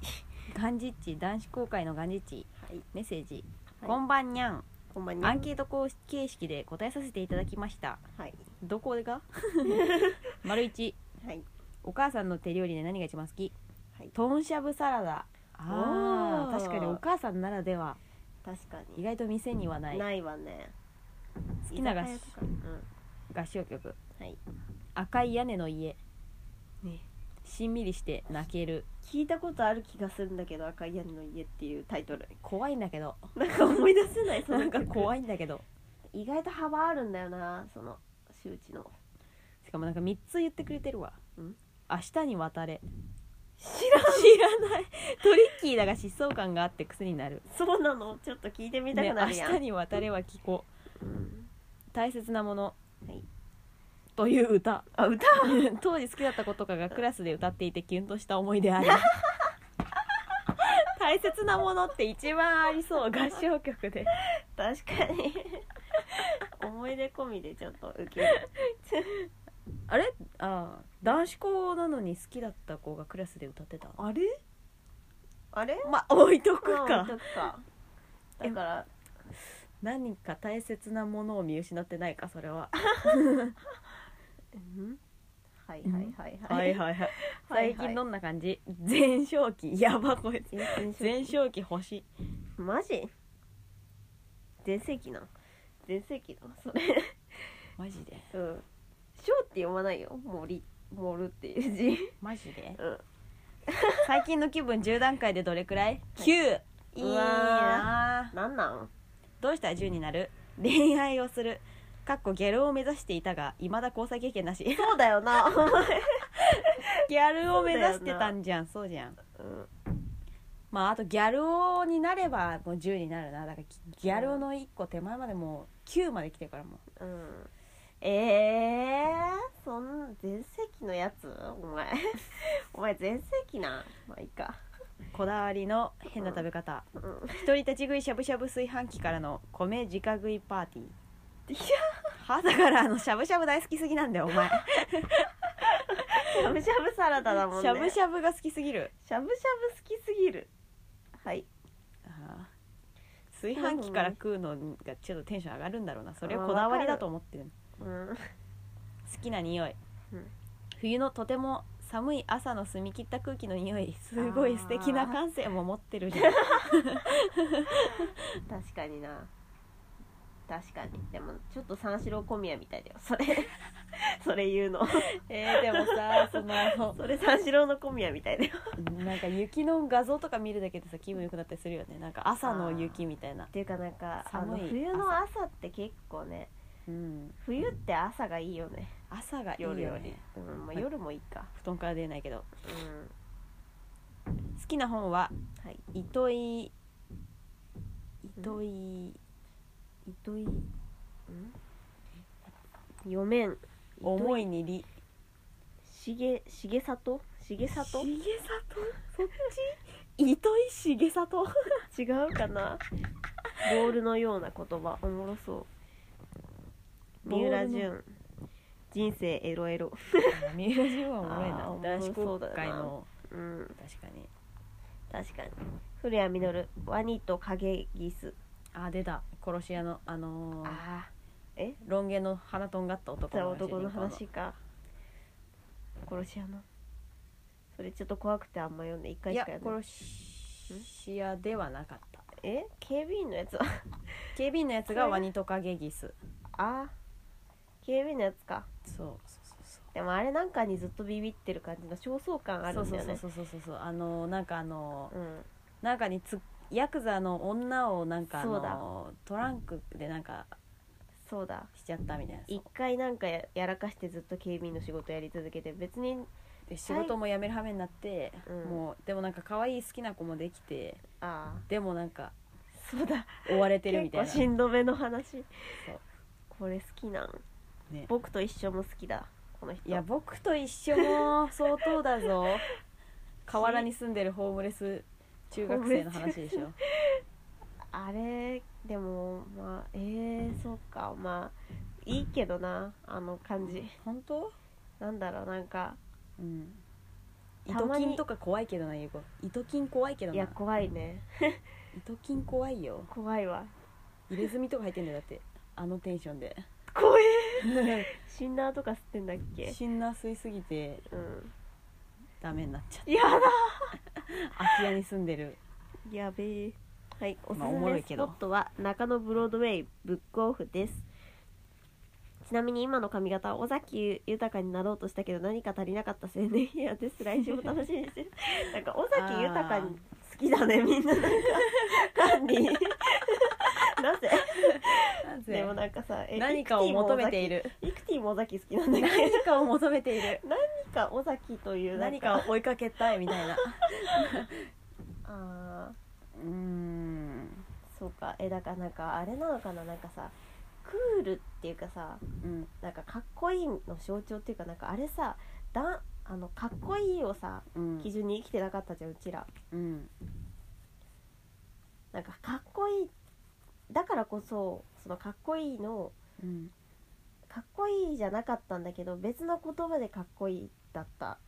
S3: ガンジッチ男子公開のガンジッチ
S4: はい
S3: メッセージ、
S4: はい
S3: こんばんにゃん
S4: こんばんに
S3: アンケート公式形式で答えさせていただきました
S4: はい
S3: どこ が丸一
S4: はい
S3: お母さんの手料理で何が一番好き、
S4: はい
S3: トンシャブサラダあ
S4: おー
S3: ー確かにお母さんならでは
S4: 確か
S3: 意
S4: に
S3: 外と店にはない
S4: ないわね
S3: 好きな合
S4: 居酒屋とかうん
S3: 合唱曲、
S4: はい
S3: 赤い屋根の家」
S4: ね
S3: しんみりして泣ける
S10: 聞いたことある気がするんだけど「赤い屋根の家」っていうタイトル
S3: 怖いんだけど
S10: なんか思い出せないそ
S3: な
S10: の
S3: ん
S10: 曲
S3: か怖いんだけど
S10: 意外と幅あるんだよなその周知の
S3: しかもなんか3つ言ってくれてるわ
S10: うん
S3: 明日に渡れ知ら知らないトリッキーだが疾走感があって癖になる
S10: そうなのちょっと聞いてみた
S3: で
S10: くな
S3: 明
S10: るや
S3: 日
S10: ん、
S3: に渡れは聞こう
S10: うん
S3: 大切なもの、
S10: はい
S3: という歌
S10: あ歌
S3: 当時好きだった子とかがクラスで歌っていてキュンとした思い出ある大切なものって一番ありそう合唱曲で
S10: 確かに思い出込みでちょっとウケる
S3: あれああ男子校なのに好きだった子がクラスで歌ってた
S10: あれあれ
S3: まあ置いと
S10: まあ
S3: く
S10: 置い
S3: か
S10: とくかだから
S3: 何か大切なものを見失ってないかそれは
S10: うんはいはいはいは
S3: はいいはいはい
S10: はい
S3: 最近どんな感じ全勝期やばこいつ
S10: 全
S3: 全
S10: 全
S3: 勝期星
S10: マジ全盛期な全盛期なそれ
S3: マジで
S10: うん「ショー」って読まないよ「森」「盛る」っていう字
S3: マジで
S10: うん
S3: 最近の気分10段階でどれくらい ?9 いいうなあ
S10: なんなん
S3: どうしたら10になる恋愛をするかっこギャルを目指していたがいまだ交際経験なし
S10: そうだよな
S3: ギャルを目指してたんじゃんそうじゃん
S10: うん
S3: まああとギャル王になればもう10になるなだからギャル王の1個手前までもう9まで来てるからもう
S10: うんえー、そん全盛期のやつお前 お前全盛期なまあいいか
S3: こだわりの変な食べ方、
S10: うん
S3: 一人立ち食いしゃぶしゃぶ炊飯器からの米直食いパーティー
S10: いや
S3: はだからあのしゃぶしゃぶ大好きすぎなんだよお 前
S10: しゃぶしゃぶサラダだも
S3: し
S10: んねし
S3: ゃ
S10: ゃ
S3: ぶ
S10: ぶし
S3: しゃぶが好きすぎる
S10: ゃぶ好きすぎるはい
S3: あー炊飯器から食うのがちょっとテンション上がるんだろうなそれをこだわりだと思ってる
S10: う
S3: 好
S10: ん
S3: きな匂い、
S10: うん
S3: 冬のとても寒い朝の澄み切った空気の匂いすごい素敵な感性も持ってるじゃん
S10: 確かにな確かにでもちょっと三四郎小宮みたいだよそれ それ言うの
S3: えーでもさその
S10: それ三四郎の小宮みたいだよ
S3: なんか雪の画像とか見るだけでさ気分良くなったりするよねなんか朝の雪みたいな
S10: っていうかなんかあ
S3: 寒
S10: の
S3: い
S10: 冬の朝って結構ね
S3: うん
S10: 冬って朝がいいよね
S3: 朝がいいよ
S10: 夜より
S3: ね
S10: うんまあ
S3: はい
S10: 夜もいいか
S3: 布団から出ないけど
S10: うん
S3: 好きな本は
S10: はい
S3: 糸井糸井
S10: 糸井うん四面
S3: 思いにり
S10: 重重里重
S3: 重
S10: 里
S3: 里そっち 糸井重里
S10: 違うかなボールのような言葉おもろそう
S3: ボール
S10: 三
S3: の
S10: 浦淳人生エロエロ
S3: 三浦淳はおもろい
S10: あーおも
S3: な男
S10: ろ
S3: 子
S10: そう
S3: 公
S10: だな
S3: 会の
S10: うん
S3: 確かに
S10: 確かに古谷実ワニと影ギス
S3: あー出た殺し屋のあのー
S10: あえ
S3: ロン毛の鼻とんがった男
S10: じゃあ
S3: の
S10: 男の話か殺し屋のそれちょっと怖くてあんま読んで一
S3: い
S10: 回し
S3: や
S10: か読んでない
S3: 殺し屋ではなかった
S10: え警備員のやつは
S3: 警備員のやつがワニトカゲギス
S10: あ警備員のやつか
S3: そうそうそう
S10: でもあれなんかにずっとビビってる感じの焦燥感あ
S3: そ
S10: る
S3: うん
S10: だ
S3: そう
S10: よ
S3: そうそ
S10: ね
S3: うそうそうそうあのーなんかあのー
S10: うん
S3: なんかにつヤクザの女をなんかあ
S10: そうだ
S3: のートランクでなんか
S10: そうだ
S3: しちゃったみたいな
S10: 一回なんかややらかしてずっと警備員の仕事やり続けて別に
S3: で仕事も辞める羽目になって、
S10: うん
S3: もうでもなんか可愛い好きな子もできて
S10: ああ
S3: でもなんか
S10: そうだ
S3: 追われてるみ
S10: 結
S3: たい
S10: 構
S3: な
S10: しんどめの話
S3: そう
S10: これ好きなん、
S3: ね
S10: 僕と一緒も好きだこの人
S3: いや僕と一緒も相当だ ぞ河原に住んでるホームレス中学生の話でしょ
S10: あれでもまあえー、そうかまあいいけどなあの感じ
S3: 本当
S10: なんだろうなんか
S3: うん
S10: た
S3: 糸
S10: まに
S3: 金とか怖いけどなゆうこ糸金怖いけど
S10: い
S3: な
S10: や怖いね
S3: 糸金怖いよ
S10: 怖いわ
S3: 入れ墨とか入ってんだよだって あのテンションで
S10: 怖え死んだとか吸ってんだっけ
S3: 死んだ吸いすぎて
S10: うん
S3: ダメになっちゃっ
S10: やだ
S3: た 空き家に住んでる
S10: やべえはいおすす
S3: まあおもろ
S10: め
S3: い
S10: ス
S3: け
S10: ポ
S3: ど
S10: ットは中野ブロードウェイブックオフですちなみに今の髪型は尾崎豊になろうとしたけど何か足りなかった青年ヘアです来週も楽しみにし てるなんか尾崎豊に好きだねみんななんか 管理 なぜ
S3: なぜ
S10: でもなんかさえ
S3: 何かを求めてい
S10: る
S3: る
S10: イクティも尾崎好きなんだけど
S3: 何かを求めている
S10: 何か尾崎というなん
S3: 何かを追いかけたいみた いな
S10: あ
S3: うーん
S10: ーそうかえだからなんかあれなのかななんかさクールっていうかさ
S3: うん
S10: なんかかっこいいの象徴っていうかなんかあれさだんあのかっこいいをさ
S3: うん
S10: 基準に生きてなかったじゃんうちら
S3: うん
S10: なんかかっこいいだからこそそのかっこいいの
S3: うん
S10: かっこいいじゃなかったんだけど別の言葉でかっこいいだった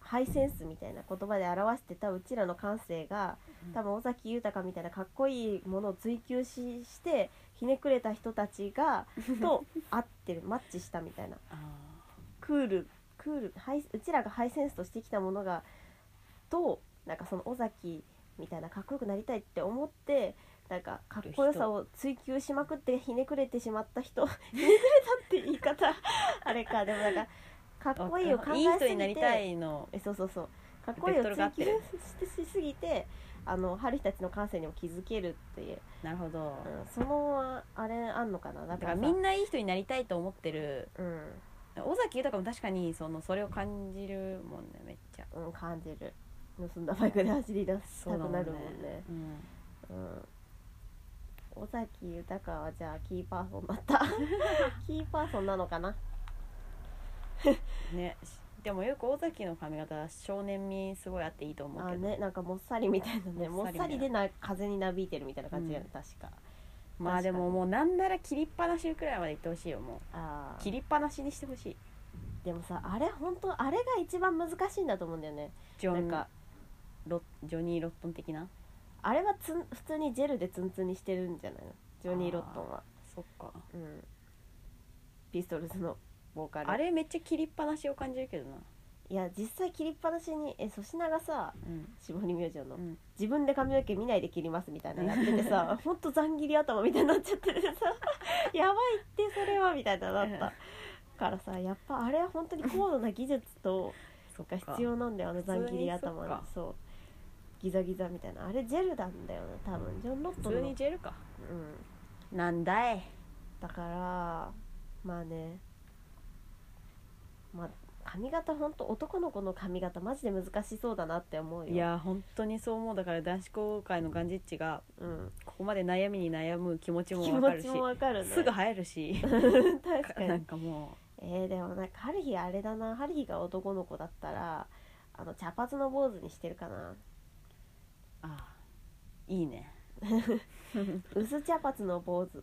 S10: ハイセンスみたいな言葉で表してたうちらの感性が
S3: うん
S10: 多分尾崎豊みたいなかっこいいものを追求ししてひねくれた人たちがと合ってるマッチしたみたいな
S3: あ
S10: クールクールハイうちらがハイセンスとしてきたものがとなんかその尾崎みたいなかっこよくなりたいって思ってなんかかっこよさを追求しまくってひねくれてしまっ た人ひねくれたって言い方あれかでもなんかか
S3: ー
S10: っこいいを考えすぎ
S3: い
S10: て
S3: 人になりたいの
S10: えそうそうそうかっこいいを
S3: ベクトル
S10: 追
S3: が合って
S10: 求
S3: る
S10: ししすぎてあの春日たちの感性にも気づけるっていう、
S3: なるほど
S10: うん、そのあれあんのかなだ
S3: だ
S10: か
S3: から
S10: ら
S3: みん
S10: な
S3: ないい人になりたいと思ってる
S10: うん、
S3: 尾崎豊も確かにそのそれを感じるもんねめっちゃ
S10: うん、感じる盗んだバイクで走り出したくなるもんね
S3: うん
S10: うん尾崎豊はじゃあキーパーソンだった キーパーソンなのかな
S3: ねしでもよく尾崎の髪型少年味すごいあっていいと思う
S10: あ
S3: けど、
S10: ねなんかもっさりみたいなね
S3: も
S10: も
S3: っ
S10: っ
S3: さりみたいな
S10: さりでな風になびいてるみたいな感じだよね、確か
S3: まあで
S10: 確か
S3: も
S10: に
S3: もうなんなら切りっぱなしくらいまでいってほしいよも
S10: あ
S3: う
S10: ー
S3: 切りっぱなしにしてほしい
S10: でもさあれ本当あれが一番難しいんだと思うんだよね
S3: ジョ
S10: な
S3: ン
S10: んか
S3: ロジョニー・ロットン的な
S10: あれはつん普通にジェルでツンツンにしてるんじゃないのジョニー・ロットンは
S3: そっか
S10: うんピストルズのボーカル
S3: あれめっちゃ切りっぱなしを感じるけどな、
S10: いや実際切りっぱなしにえ粗品がさ
S3: うん
S10: 霜降り明星の、
S3: うん
S10: 自分で髪の毛見ないで切りますみたいなのやっててさ ほんとざん切り頭みたいになっちゃっててさ やばいってそれはみたいななったからさやっぱあれは本当に高度な技術と
S3: そっ
S10: が必要なん だよあのざん切り頭
S3: 普通にそっ
S10: に
S3: か
S10: そうギザギザみたいなあれジェルなんだよね多分ジョン・ロッ
S3: 普
S10: トンの
S3: 通にジェルか
S10: うん
S3: なんだい
S10: だからまあねまあ髪型ほんと男の子の髪型マジで難しそうだなって思うよ
S3: いや本当にそう思うだから男子校会のガンジッチが
S10: うん、
S3: ここまで悩みに悩む気持ちも
S10: 気
S3: わか
S10: 持
S3: るし
S10: ちもわかるね
S3: すぐ生えるし
S10: 確か
S3: な
S10: に
S3: んかも
S10: えー、でもなんか春日あれだな春日が男の子だったらあの茶髪の坊主にしてるかな
S3: うああいいね
S10: 薄茶髪の坊主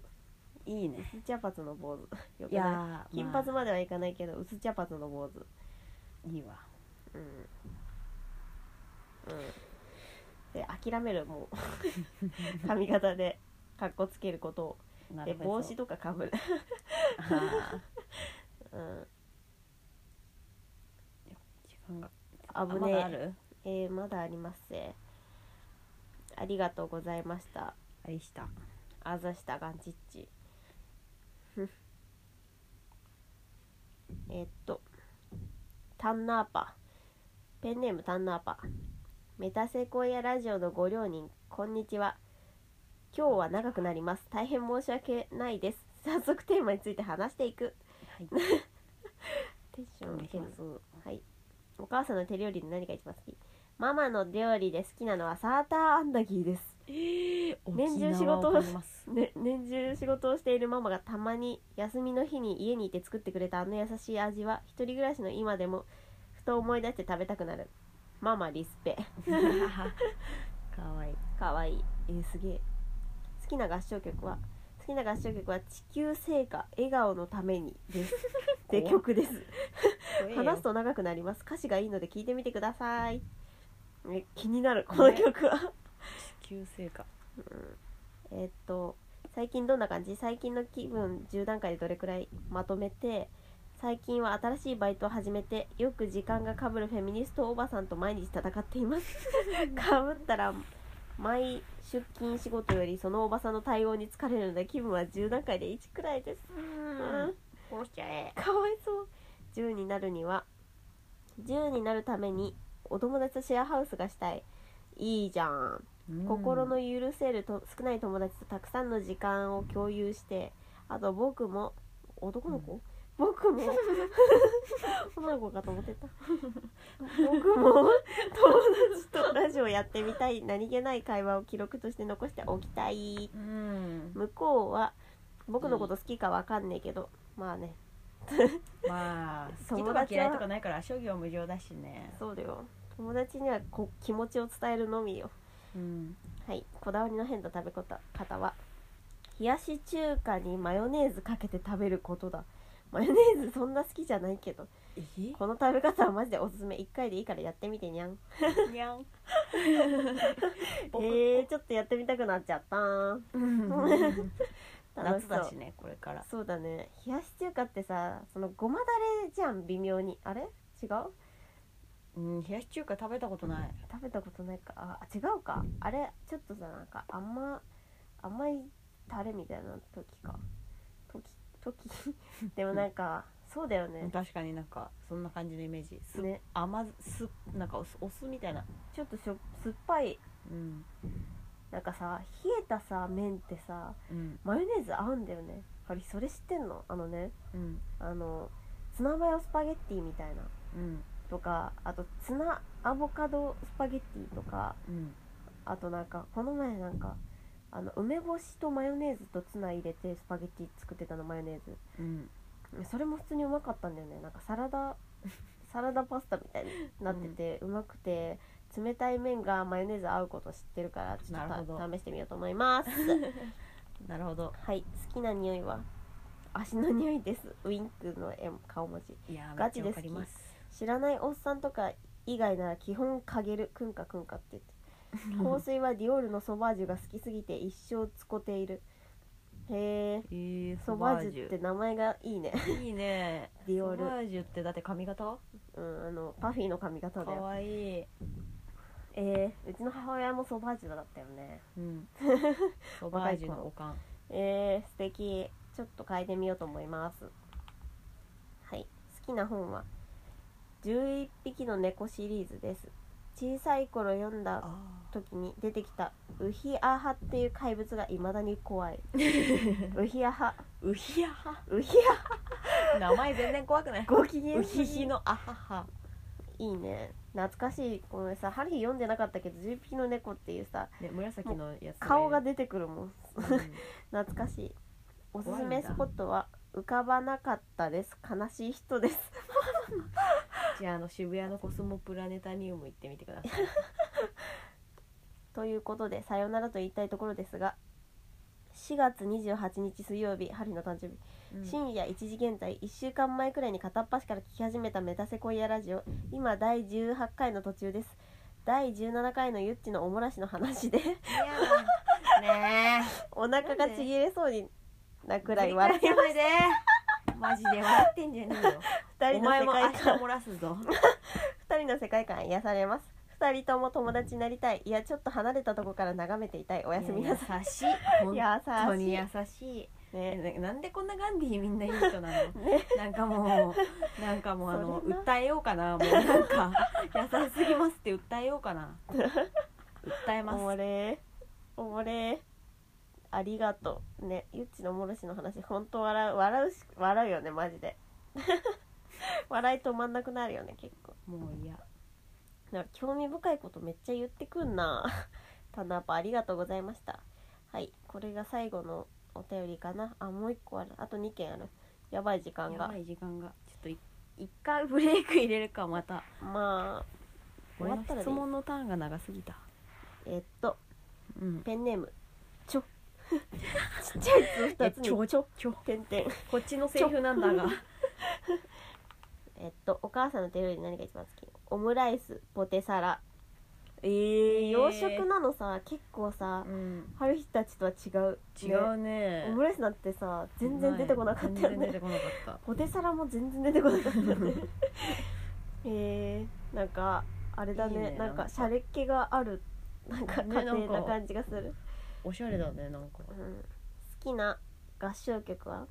S3: いいね
S10: 薄茶髪の坊主 よく
S3: いや
S10: な
S3: ー
S10: い金
S3: ま
S10: 髪まではいかないけど、薄茶髪の坊
S3: あ
S10: 主
S3: いいわ
S10: うんうんで諦めるも う髪型でかっこつけることを
S3: な
S10: で
S3: るほ
S10: 帽
S3: ど
S10: 子とかかぶる、
S3: あ
S10: うん、
S3: ー時間があ
S10: 危
S3: ま
S10: ね
S3: だあ
S10: え
S3: る
S10: えーまだありますねありがとうございました
S3: ありした
S10: あざしたガンチッチふっ えーっとタンナーパペンネームタンナーパメタセコイアラジオのご両人こんにちは今日は長くなります大変申し訳ないです早速テーマについて話していく
S3: はい
S10: テンシ
S3: お
S10: ョン
S3: 願い
S10: 低
S3: し
S10: い
S3: ます
S10: はいお母さんの手料理で何が一番好きママの料理で好きなのはサーターアンダギーです年中仕事
S3: 沖
S10: を
S3: 縄を買い ます
S10: ね、年中仕事をしているママがたまに休みの日に家にいて作ってくれたあの優しい味は一人暮らしの今でもふと思い出して食べたくなるママリスペ
S3: かわいい
S10: かわいいえーすげえ好きな合唱曲は好きな合唱曲は「地球聖歌笑顔のために」 ですで
S3: 怖っ
S10: 曲です話すと長くなります歌詞がいいので聞いてみてくださいえ気になるこの曲は
S3: 地球成果
S10: えーっと最近どんな感じ最近の気分10段階でどれくらいまとめて最近は新しいバイトを始めてよ く時間がかぶるフェミニストおばさんと毎日戦っていますかぶったら毎出勤仕事よりそのおばさんの対応に疲れるので気分は10段階で1くらいです、うん
S11: 殺しちゃえ
S10: かわいそう10になるには10になるためにお友達とシェアハウスがしたいいいじゃん心の許せると少ない友達とたくさんの時間を共有してあと僕も男の子、僕も女の子かと思ってた僕も友達とラジオやってみたい何気ない会話を記録として残しておきたい
S11: うん
S10: 向こうは僕のこと好きかわかんねえけど、まあね
S3: まあ好きと
S10: 友
S3: か
S10: 達は
S3: 嫌いとかないから諸行無常だしね
S10: そうだよ友達にはこ気持ちを伝えるのみよ
S3: うん
S10: はいこだわりの変な食べ方方は冷やし中華にマヨネーズかけて食べることだマヨネーズそんな好きじゃないけどこの食べ方はマジでおすすめ1回でいいからやってみてにゃん
S3: にゃ ん
S10: えー、ちょっとやってみたくなっちゃった 楽し
S3: 夏
S10: そう
S3: だしねこれから
S10: そうだね冷やし中華ってさそのごまだれじゃん微妙にあれ違う
S3: うん冷やし中華食べたことない
S10: 食べたことないかあ違うかあれちょっとさなんかあんま甘いタレみたいな時か時時 でもなんかそうだよね
S3: 確かになんかそんな感じのイメージす
S10: ね
S3: 甘酢なんかお酢お酢みたいな
S10: ちょっとしょ酸っぱい
S3: うん
S10: なんかさ冷えたさ麺ってさ
S3: うん
S10: マヨネーズ合うんだよねハリそれ知ってんのあのね
S3: うん
S10: あのツナマヨスパゲッティみたいな
S3: うん
S10: とかあとツナアボカドスパゲッティとか
S3: うん
S10: あとなんかこの前なんかあの梅干しとマヨネーズとツナ入れてスパゲッティ作ってたのマヨネーズ
S3: うん
S10: それも普通にうまかったんだよねなんかサラダ サラダパスタみたいになってて、うまくて冷たい麺がマヨネーズ合うこと知ってるからちょ
S3: なる
S10: っ
S3: ほど
S10: とた試してみようと思います
S3: なるほど
S10: はい好きな匂いは足の匂いですウインクの絵顔文字
S3: いやー
S10: ガチで
S3: めっ
S10: 好
S3: ちゃ
S10: き
S3: わかります
S10: 知らないおっさんとか以外なら基本かげるくんかくんかって 言って香水はディオールのソバージュが好きすぎて一生つこているへえ
S3: えー、
S10: ソバージュって名前がいいね
S3: いいね
S10: ディオール
S3: ソバージュってだって髪型
S10: うんあのパフィーの髪
S3: か
S10: 型だよ
S3: わいい、
S10: えー、うちの母親もソバージュだったよね
S3: うん、ソバージュのおかん
S10: えー、素敵ちょっと変えてみようと思いますはい好きな本は「11匹の猫」シリーズです小さい頃読んだ
S3: あ
S10: 時に出てきたウヒアハっていう怪物がいまだに怖 いウヒアハ
S3: ウヒヤハ
S10: ウヒアハ
S3: 名前全然怖くない
S10: ご機嫌
S3: ウ
S10: すぎ
S3: ヒヒのアハハ
S10: いいね懐かしいこのさハリー読んでなかったけど10匹の猫っていうさ
S3: ね紫のやつ
S10: 顔が
S3: 出
S10: 出てくるもん懐かしいおすすめスポットは浮かばなかったです悲しい人です
S3: じゃああの渋谷のコスモプラネタリウム行ってみてくだ さい
S10: ということでさよならと言いたいところですが4月28日水曜日ハリーの誕生日深夜1時現在1週間前くらいに片っ端から聞き始めた「メタセコイアラジオ」今第18回の途中です第17回のゆっちのおもらしの話で
S3: ね
S10: お腹がちぎれそうにな
S3: え
S10: くらい笑い
S3: いまでマジで笑ってんじゃねえよお
S10: 2人の
S3: 前
S10: 世
S3: も明
S10: 界
S3: 日
S10: 観
S3: 漏らす ぞ
S10: 二人の世界観癒されます2人とも友達になりたいいやちょっと離れたとこから眺めていたいおやすみなさ
S3: 優しい
S10: い
S3: 本
S10: 優
S3: 当
S10: し
S3: に
S10: い
S3: 優しい
S10: ね
S3: えななんでこんなガンディーみんないい 人なの、なんかもうなんかもうあの
S10: それな
S3: 訴えようかなもうなんか優しすぎますって訴えようかな訴え
S10: お
S3: ます
S10: もれーおもれーありがとうねゆっちのおもろしの話本当笑う笑うし笑うよねマジで 笑い止まんなくなるよね結構
S3: もういや
S10: なんか興味深いことめっちゃ言ってくんな タナパありがとうございましたはいこれが最後のお便りかなあもう一個あるあと2件あるやばい時間
S3: や
S10: が
S3: ばい時間がちょっとい一回ブレイク入れるかまた
S10: まあ終
S3: 俺
S10: わ
S3: の
S10: ったら
S3: 質
S10: でいい
S3: 問のターンが長すぎた
S10: えっと
S3: うん
S10: ペンネーム ちょちっちゃいやつ2つ
S3: えちょ
S10: にちょ
S3: ちょ
S10: 点々
S3: こっちのセリフなんだが
S10: えっと、お母さんの手料理何が一番好きオムライスポテサラ、
S3: えー
S10: 洋食なのさ結構さ
S3: うん
S10: 春日たちとは違う
S3: 違うね
S10: ねオムライスなんてさ全然出てこなかった
S3: 全
S10: よ
S3: 然出
S10: ね
S3: てこなかった
S10: ポテサラも全然出てこなかった よねえー、なんかあれだね
S3: いいね
S10: なん
S3: なん
S10: か
S3: か
S10: シャレっ気があるなんか
S12: ね
S10: 家
S12: なん
S10: 庭
S12: か
S10: な感じがする、
S12: おしゃれだねなんか
S10: うん、好きな合唱曲は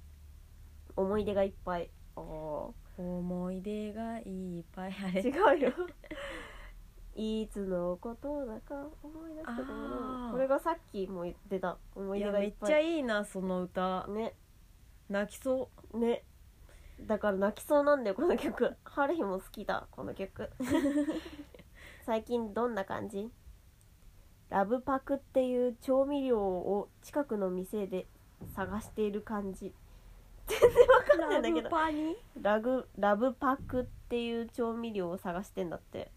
S10: 思い出がいっぱいおー
S3: 思い出がいっぱいあれ
S10: 違うよいつのことだか思い出したけど
S3: あー
S10: これがさっきも言ってた思
S3: い
S10: い
S3: や
S10: 出が
S3: め
S10: いっ
S3: っち
S10: ぱ
S3: ゃ
S10: い
S3: いいなその歌
S10: ね
S3: 泣きそう
S10: ねだから泣きそうなんだよこの曲春日も好きだこの 曲最近どんな感じラブパクっていう調味料を近くの店で探している感じ全然わかんないんだけど
S3: パニ
S10: ラグラブパクっていう調味料を探してんだって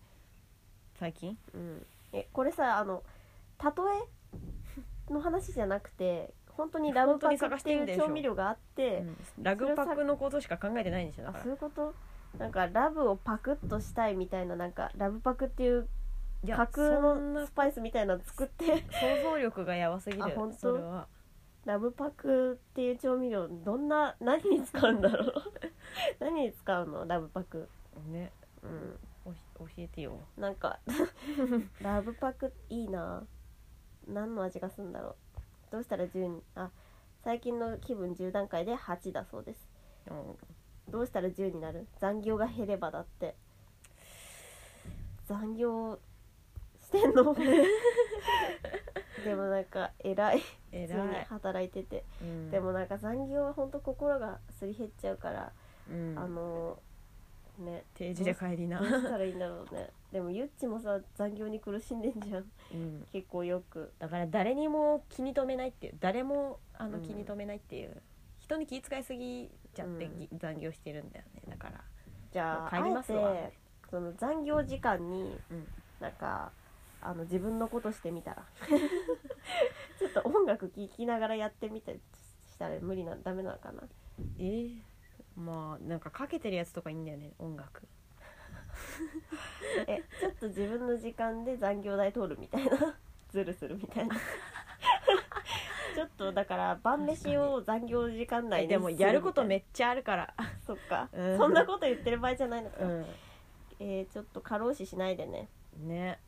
S3: 最近
S10: うん、えこれさあの例え の話じゃなくて本当にラブ
S3: 本当
S10: パ
S3: に
S10: ク
S3: 探
S10: っ
S3: してて
S10: い
S3: んで
S10: う
S3: しょ
S10: 調味料があって、
S3: ラグパクのことしか考えてないんでしょだ
S10: あ
S3: か
S10: そう
S3: ら
S10: いうことなんかラブをパクッとしたいみたいななんかラブパクっていう
S3: い
S10: 架
S3: や
S10: 空
S3: そんな
S10: のスパイスみたいなの作って
S3: 想像力がやばすぎる
S10: あ本当
S3: それは
S10: ラブパクっていう調味料どんな何に使うんだろう 何に使うのラブパク
S3: ね
S10: うん
S3: おし教えてよ
S10: な んかラブパクいいな何の味がするんだろうどうしたら10にあ最近の気分10段階で8だそうです
S3: うん
S10: どうしたら10になる残業が減ればだって残業してん のでもなんか偉い普通に
S3: 偉い
S10: 働いてて、
S3: うん
S10: でもなんか残業はほんと心がすり減っちゃうから、
S3: うん
S10: あのね
S3: 定時で帰りな
S10: どうしたらいいんだろうねでもゆっちもさ残業に苦しんでんじゃん
S3: うん
S10: 結構よく
S3: だから誰にも気に留めないっていう誰もあの
S10: うん
S3: 気に留めないっていう、人に気遣いすぎちゃって、
S10: うん
S3: ぎ残業してるんだよねだから
S10: じゃあ
S3: 帰りますわ
S10: あえてその残業時間に、
S3: うん
S10: なんかあの自分のことしてみたら ちょっと音楽聴きながらやってみてしたら無理なダメなのかな
S3: えー、まあなんかかけてるやつとかいいんだよね音楽
S10: えちょっと自分の時間で残業代取るみたいな ズルするみたいな ちょっとだから晩飯を残業時間内に
S3: でもやることめ
S10: っ
S3: っちゃあるから、
S10: そっか、
S3: うん
S10: そんなこと言ってる場合じゃないのか、
S3: う
S10: えーちょっと過労死しないでね
S3: ん、ね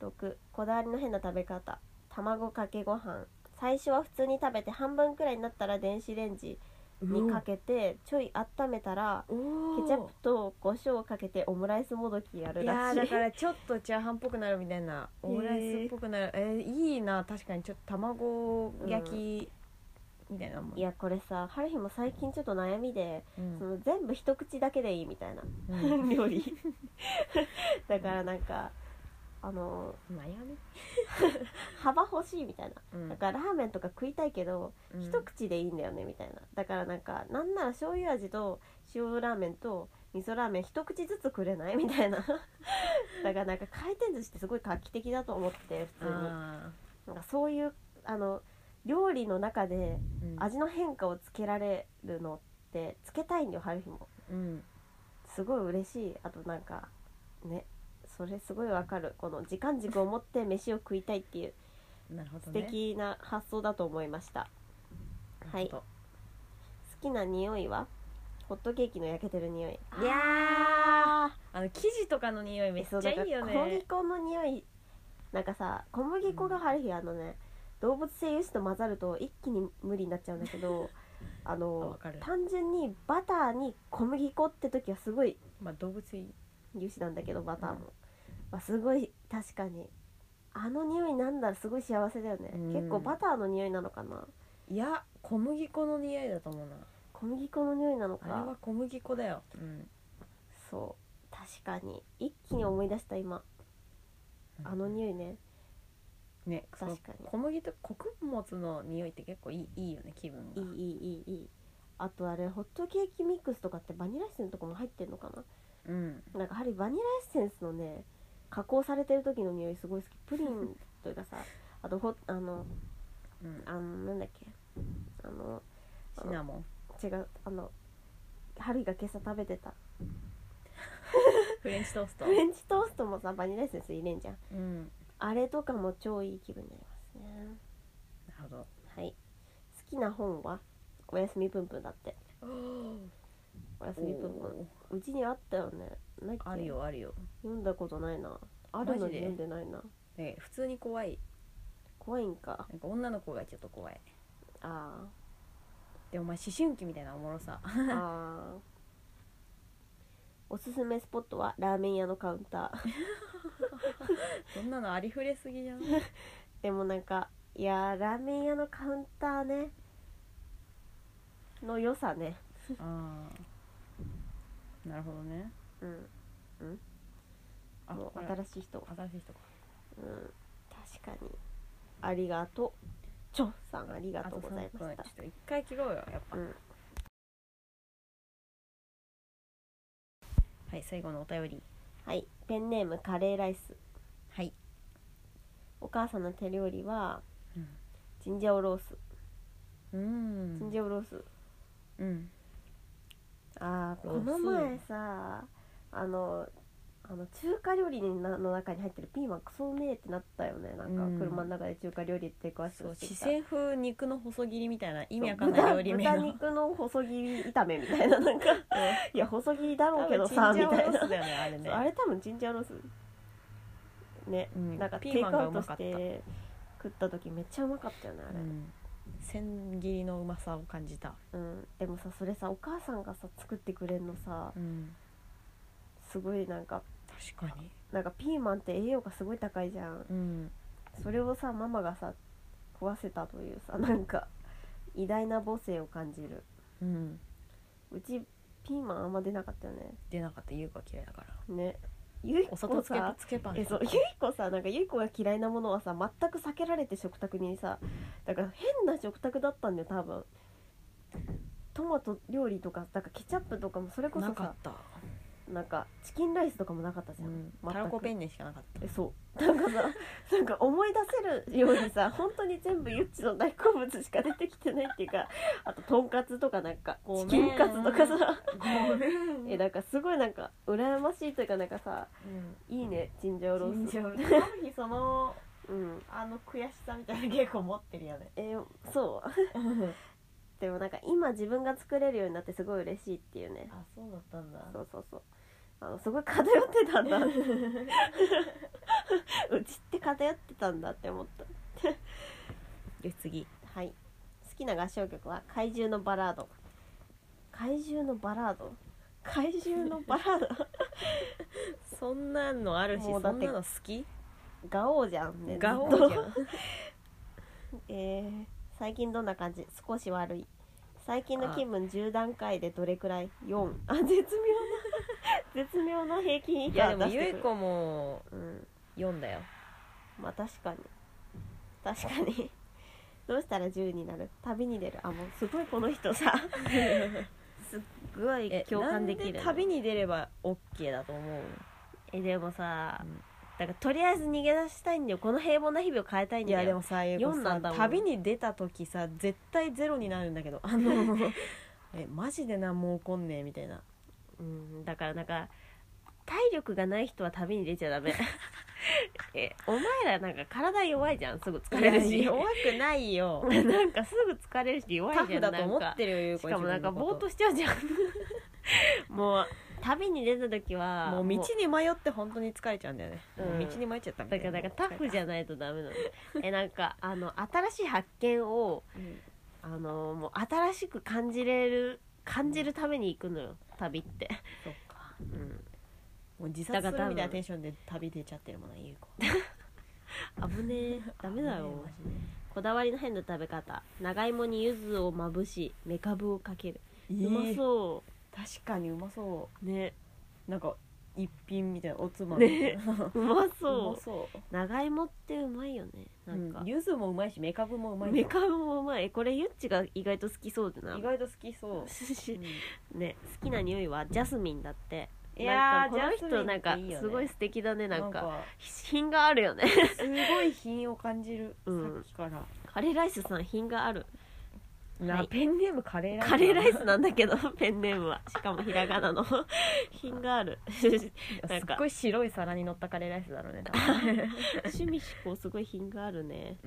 S10: 6こだわりの変な食べ方卵かけご飯最初は普通に食べて半分くらいになったら電子レンジにかけてちょい温めたら
S3: ケ
S10: ケチャップと胡椒をかけてオムライスもどきやる
S3: いや
S10: ら
S3: ー
S10: しい
S3: だからちょっとチャーハンっぽくなるみたいな
S10: へー
S3: オムライスっぽくなるえー、いいな確かにちょっと卵焼きみたいなもん、
S10: いやこれさ春日も最近ちょっと悩みで、
S3: うん
S10: その全部一口だけでいいみたいな
S3: うん
S10: 料理だからなんかあの
S3: 悩み、
S10: 幅欲しいみたいな
S3: うん
S10: だからラーメンとか食いたいけど、
S3: うん
S10: 一口でいいんだよねみたいなだからなんかなんなら醤油味と塩ラーメンと味噌ラーメン一口ずつくれないみた いなだからなんか回転寿司ってすごい画期的だと思って普通に
S3: あ
S10: なんかそういうあの料理の中で
S3: ーうん
S10: 味の変化をつけられるのってつけたいんだよ春日も
S3: うん
S10: すごい嬉しいあとなんかねそれすごいわかるこの時間軸を持って飯を食いたいっていう
S3: なるほど
S10: 素
S3: ね
S10: 敵な発想だと思いました、はい
S3: なるほ
S10: 好きな匂いはホットケーキの焼けてる匂い
S3: どいやーあの生地とかの匂いめっち
S10: そう
S3: ゃ
S10: だから
S3: いいよ
S10: 小
S3: ね
S10: 麦粉の匂いなんかさ小麦粉がある日あのね動物性油脂と混ざると一気に無理になっちゃうんだけ どあ
S3: あ
S10: の
S3: わかる
S10: 単純にバターに小麦粉って時はすごい
S3: まあ動物いい
S10: 油脂なんだけどバターも、まあ、すごい確かにあの匂いなんだらすごい幸せだよね、
S3: うん
S10: 結構バターの匂いなのかない
S3: や小麦粉の匂いだと思うな
S10: 小麦粉の匂いなの
S3: あれは
S10: か
S3: 小麦粉だよ、うん、
S10: そう確かに一気に思い出した今あの匂いね
S3: ねその
S10: 確かに
S3: 小麦と穀物の匂いって結構いいいいよね気分
S10: い
S3: が
S10: いいいいいいいあとあれホットケーキミックスとかってバニラエッセンスとかも入ってんのかな
S3: うん
S10: なんかやはりバニラエッセンスのね加工されてる時の匂いすごい好きプリンというかさ あとほあの
S3: うん
S10: あのなんだっけあの
S3: シナモン
S10: 違うあの春日が今朝食べてた
S3: フレンチトー スト
S10: フレンチトーストもさバニラエッセンス入れんじゃん
S3: うん
S10: あれとかも超いい気分になりますね
S3: なるほど
S10: はい好きな本はおやすみぷんぷんだっておやすみぷんぷん
S3: おー
S10: うちにあったよねないっけ
S3: あるよあるよ
S10: 読んだことないなあるのに
S3: マジで
S10: 読んでないな
S3: で普通に怖い
S10: 怖いんか
S3: なんか女の子がちょっと怖い
S10: あ
S3: でもまあ思春期みたいなおもろさ
S10: ーあーおすすめスポットはラーメン屋のカウンター
S3: そんなのありふれすぎじゃん
S10: でもなんかいやーラーメン屋のカウンターねの良さね
S3: ああなるほどね
S10: うん
S3: あ
S10: もう
S3: これ
S10: 新しい人
S3: 新しい人か
S10: うん確かにありがとうちょさんありがとうござ
S3: あ
S10: いまし
S3: と
S10: た
S3: 3分ちょっと一回切ろうよやっぱ、
S10: うん
S3: はい最後のお便り
S10: はいペンネームカレーライス
S3: はい
S10: お母さんの手料理は、
S3: うん
S10: ジンジャオロース
S3: うーん
S10: ジンジャオロース、
S3: うん
S10: あー
S3: ロー
S10: こ
S3: ス
S10: の前さあのあの中華料理のの中に入ってるピーマンクソうめえってなったよねなんか
S3: うん
S10: 車の中で中華料理って食わして
S3: そう
S10: ほし
S3: 四川
S10: い
S3: 風肉の細切りみたいな意味わかんない料 理名
S10: 豚
S3: の
S10: 豚肉の細切り炒めみたいななんか いや細切りだろうけどさみたいな
S3: だよねあれね
S10: そうあれ多分ジンジャーロースね、
S3: うん
S10: なんか
S3: ピ
S10: テ
S3: ー
S10: イ
S3: マン
S10: ク
S3: が
S10: ア
S3: う
S10: ウト
S3: ま
S10: し
S3: かった
S10: て食った時めっちゃうまかったよねあれ、
S3: うん千切りのうまさを感じた、
S10: うん、でもさそれさお母さんがさ作ってくれんのさ
S3: うん、
S10: すごいなんか
S3: 確かに、
S10: なんかピーマンって栄養価すごい高いじゃん
S3: うん、
S10: それをさママがさ食わせたというさなんか偉大な母性を感じる
S3: うん、
S10: うちピーマンあんま出なかったよね
S3: 出なかった優子は嫌いだから
S10: ねゆい
S3: お
S10: こ
S3: 砂糖つけ
S10: さ
S3: つけパン
S10: えそうゆいこさなんかゆいこが嫌いなものはさ全く避けられて食卓にさだから変な食卓だったんだよ多分トマト料理とかだからケチャップとかもそれこ
S3: な
S10: そさ
S3: か
S10: な
S3: った、
S10: んかチキンライスとかもなかったじ
S3: う
S10: ゃん、
S3: ん、
S10: 全く
S3: たらこペンネしかなかった
S10: えそうなんかさなんか思い出せるようにさ本当に全部ユッチの大好物しか出てきてないっていうかあととんかつとかなんか
S3: ごめん
S10: チキンカツとかさ
S3: ご めん
S10: えなんかすごいなんか羨ましいというかなんかさいいねチンジャオロース
S13: その
S10: うん
S13: あの悔しさみたいな結構持ってるよね
S10: えーそう でもなんか今自分が作れるようになってすごい嬉しいっていうね
S13: あそうだったんだ
S10: そうそうそうあのすごい偏ってたん だうちって偏ってたんだって思った
S3: で次
S10: はい好きな合唱曲は怪獣のバラード怪獣のバラード怪獣のバラード
S3: そんなのあるし
S10: も
S3: そ
S10: うだっ
S3: ん
S10: て
S3: なの好き
S10: ガオーじゃんね
S3: ガオ
S10: ずっと
S3: じゃん
S10: えー最近どんな感じ少し悪い最近の気分10段階でどれくらい4あ絶妙な絶妙な平均以
S3: いやで
S10: 下
S3: も
S10: 出し
S3: ゆ
S10: て
S3: い
S10: くる
S3: こも
S10: うん
S3: 読んだよ
S10: まあ確かに確かにどうしたら10になる旅に出るあもうすごいこの人さすっごい
S3: え
S10: 共感できる
S3: なん
S10: の
S3: で旅に出れば OK だと思う
S10: えでもさ、
S3: うん
S10: だからとりあえず逃げ出したいんだよこの平凡な日々を変えたいん
S3: い
S10: だよ
S3: やでもさゆいこ
S10: 四な
S3: さ
S10: んだもん
S3: 旅に出た時さ絶対ゼロになるんだけどあ のえマジで何も起こんねえみたいな
S10: うんだからなんか体力がない人は旅に出ちゃ ダメえお前らなんか体弱いじゃんすぐ疲れる
S3: いや
S10: し
S3: 弱くないよ
S10: なんかすぐ疲れるし弱
S3: タ
S10: いじゃ
S3: フだ
S10: ん
S3: と思
S10: なん
S3: っ
S10: か
S3: てるよゆい
S10: し
S3: こ
S10: かもなんか
S3: 自分の
S10: ぼーっ
S3: こと
S10: しちゃうじゃんもう旅に出た時は
S3: もう
S10: も
S3: 道に迷って本当に疲れちゃうんだよね、
S10: うん
S3: もう道に迷っちゃったみた
S10: だ
S3: い
S10: から
S3: な
S10: なんかタフじゃないとダメなのえなんかあの新しい発見を
S3: うん
S10: あのもう新しく感じれる感じるために行くのよ旅って
S3: そうか
S10: うん
S3: もう自殺する
S10: だから多分
S3: みたいなテンションで旅出ちゃってるもんなゆいこ
S10: 危ねえダメだよ
S3: マジで
S10: こだわりの変な食べ方長芋に柚子をまぶしめかぶをかける、う
S3: うま
S10: ま
S3: そう
S10: そ
S3: 確かにうまそう
S10: ね
S3: うなんか一品みたいなおつまみみたいな、
S10: うま
S3: う
S10: そう
S3: まそ
S10: 長芋ってうまいよね
S3: う
S10: なん
S3: う
S10: か
S3: ん、柚子もうまいしめかぶもうまい
S10: めかぶもうまいこれゆっちが意外と好きそうだな
S3: 意外と好きそう、
S10: し
S3: うん
S10: ね好きな匂いはジャスミンだって
S3: いや
S10: なん
S3: ー
S10: かこの
S3: ジャスミン
S10: 人なんか
S3: っていいよね
S10: すごい素敵だねなん
S3: なん
S10: か
S3: か
S10: 品があるよね
S3: すごい品を感じる、
S10: うん
S3: さっきから
S10: カレーライスさん品がある
S3: な
S10: はい
S3: ペンネームカレーライス
S10: カレーライスなんだけど ペンネームはしかもひらがなの 品 があるなん
S3: す
S10: か
S3: っごい白い皿に乗ったカレーライスだろうね、
S10: 趣味思考すごい品があるね
S3: う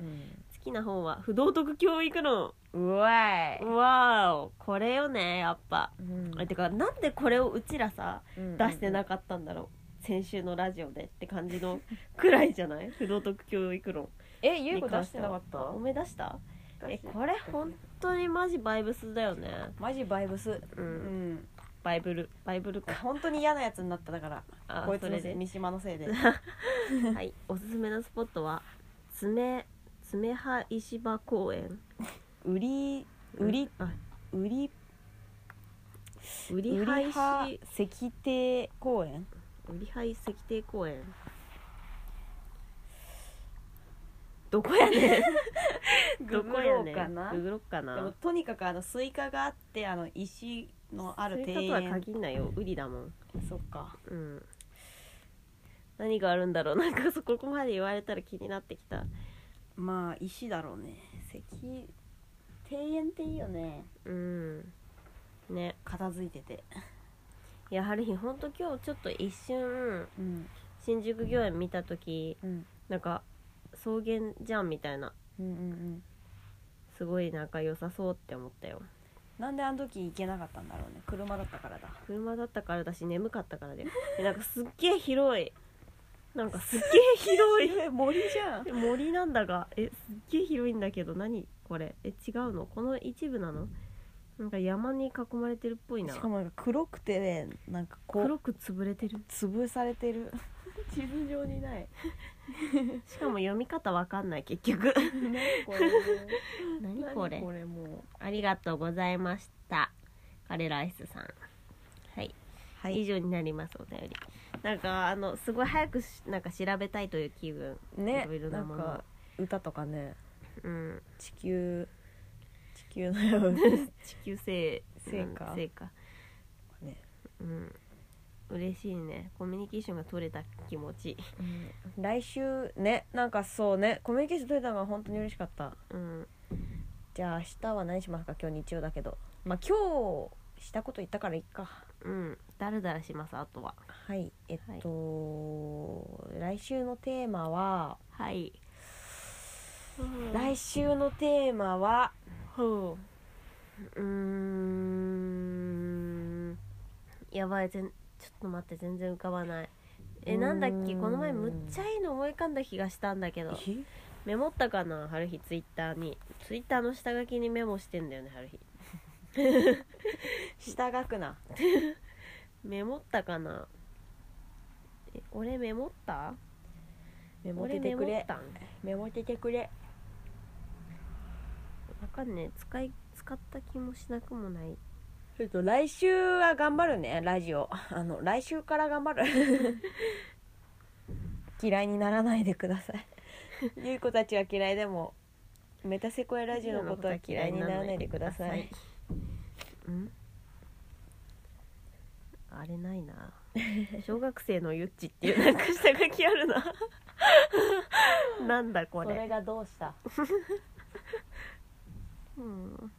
S10: 好きな本は不道徳教育論
S3: ん、うわい、
S10: わーおこれよねやっぱ
S3: うん
S10: えてかなんでこれをうちらさ出してな
S3: く
S10: かったんだろう、
S4: 先週のラジオでって感じのくらいじゃ ない不道徳教育論
S3: えゆう
S4: に
S3: こ出
S4: 関
S3: してて
S4: は
S3: なかった
S4: おめ出したえ
S10: 出して
S4: これ本当にマジバイブスだよね
S3: マジバイブス
S4: う
S3: うんん
S4: バイブルバイブルか
S3: 本当に嫌なやつになっただから
S4: あ
S3: こいつ
S4: そ
S3: の
S4: れ
S3: せい
S4: で
S3: 三島のせいで
S4: はいおすすめのスポットは爪爪葉石場公園
S3: 売り売り
S4: あ
S3: 売り
S4: 売り
S3: 売
S4: 廃
S3: りは
S4: 止
S3: 石庭公園
S4: 売り廃石庭公園どこやねんどこやね
S3: ググろうかなん
S4: ググろっか
S3: でも
S4: な
S3: とにかくあのスイカがあってあの石のある庭
S4: そういうことは
S3: 園
S4: 限んないよ売りだもん
S3: そっか
S4: うん何があるんだろう なんかそこまで言われたら気になってきた
S3: まあ石だろうね石庭園っていいよね
S4: うんね
S3: 片付いてて
S4: いやはる日ほんと今日ちょっと一瞬
S3: うん
S4: 新宿御苑見た時
S3: うん
S4: なんか草原じゃんみたいな
S3: うんうんうん
S4: すごいなんか良さそうって思ったよ
S3: なんであの時行けなかったんだろうね車だったから だ
S4: 車だったからだし眠かったからだよえなんかすっげえ広いなんかすっげえ広い
S3: え森じゃん
S4: 森なんだがえすっげえ広いんだけど何これえ違うのこの一部なのなんか山に囲まれてるっぽいな
S3: しかもなんか黒くてねなんかこう
S4: 黒く潰れてる
S3: 潰されてる地図上に ない
S4: しかも読み方わかんない結局
S3: これ
S4: 何これ
S3: これも
S4: ありがとうございましたカレライスさんはい、
S3: は
S4: 以上になりますお便りなんかあのすごい早くしなんか調べたいという気分
S3: うね
S4: いろいろ
S3: な
S4: なんもの
S3: か歌とかね
S4: うん
S3: 地球地球のよう に
S4: 地球生
S3: 成果
S4: 成果
S3: ね
S4: うん嬉しいねコミュニケーションが取れた気持ち
S3: 来週ねなんかそうねコミュニケーション取れたのが本当に嬉しかった
S4: うん
S3: じゃあ明日は何しますか今日日曜だけどまあ今日したこと言ったからいっか
S4: うんだらだらしますあとは
S3: はいえっと、来週のテーマは
S4: はい
S3: 来週のテーマは
S4: ほううーんやばいぜんちょっと待って全然浮かばないえ
S3: うーん
S4: なんだっけこの前むっちゃいいの思い浮かんだ気がしたんだけどメモったかな春日ツイッターにツイッターの下書きにメモしてんだよね春日
S3: 下書くな
S4: メモったかなえ俺メモった
S3: メモっ
S4: 俺
S3: てて
S4: メ
S3: く
S4: モ
S3: れ
S4: ったん
S3: メモっててくれ
S4: わかんねえ使い使った気もしなくもない
S3: ちょっと来週は頑張るねラジオあの来週から頑張る 嫌いにならないでくださ いゆい子たちは嫌いでもメタセコイラジオのことは嫌いにならないでください
S4: うんあれないな小学生のゆっちっていうなんか下書きある ななんだこ
S3: そ
S4: れ
S3: れがどうした
S4: うん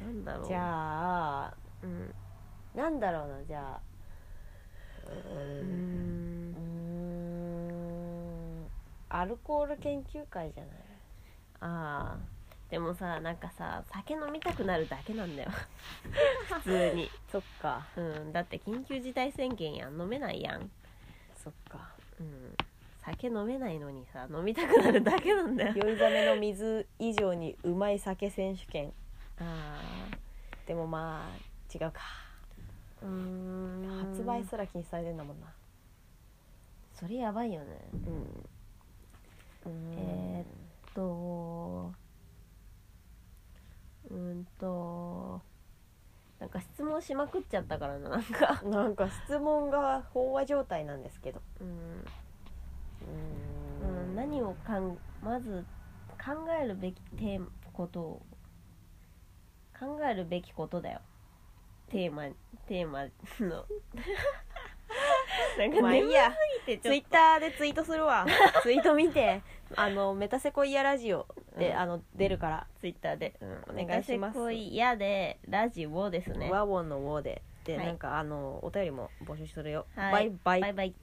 S4: なんだろう
S3: じゃあ
S4: うん
S3: なんだろうなじゃあ
S4: う
S3: うー
S4: ん
S3: んアルコール研究会じゃない
S4: あーでもさなんかさ酒飲みたくなるだけなん だよ普通に
S3: そっか
S4: うんだって緊急事態宣言やん飲めないやん
S3: そっか
S4: うん酒飲めないのにさ飲みたくなるだけなんだよ
S3: 酔いざめの水以上にうまい酒選手権
S4: ああ
S3: でもまあ違うか
S4: うーん
S3: 発売すら禁止されてんだもんな
S4: それやばいよね
S3: うん
S4: えーっとうーんとなんか質問しまくっちゃったからななんか
S3: なんか質問が飽和状態なんですけど
S4: うん、
S3: う
S4: うん、何をかんまず考えるべきテーマことを考えるべきことだよテーマテーマの なんか
S3: まあいい
S4: 眠
S3: や
S4: すぎてちょっと
S3: ツイッターでツイートするわ ツイート見てあのメタセコイアラジオで、
S4: うん
S3: あの出るから、
S4: ツイッターで、
S3: んお願いします
S4: 嫌でラジオですね。
S3: ワウォンのウォーでで、
S4: はい
S3: なんかあのお便りも募集するよ、
S4: はい
S3: バイバイ
S4: バイバイ。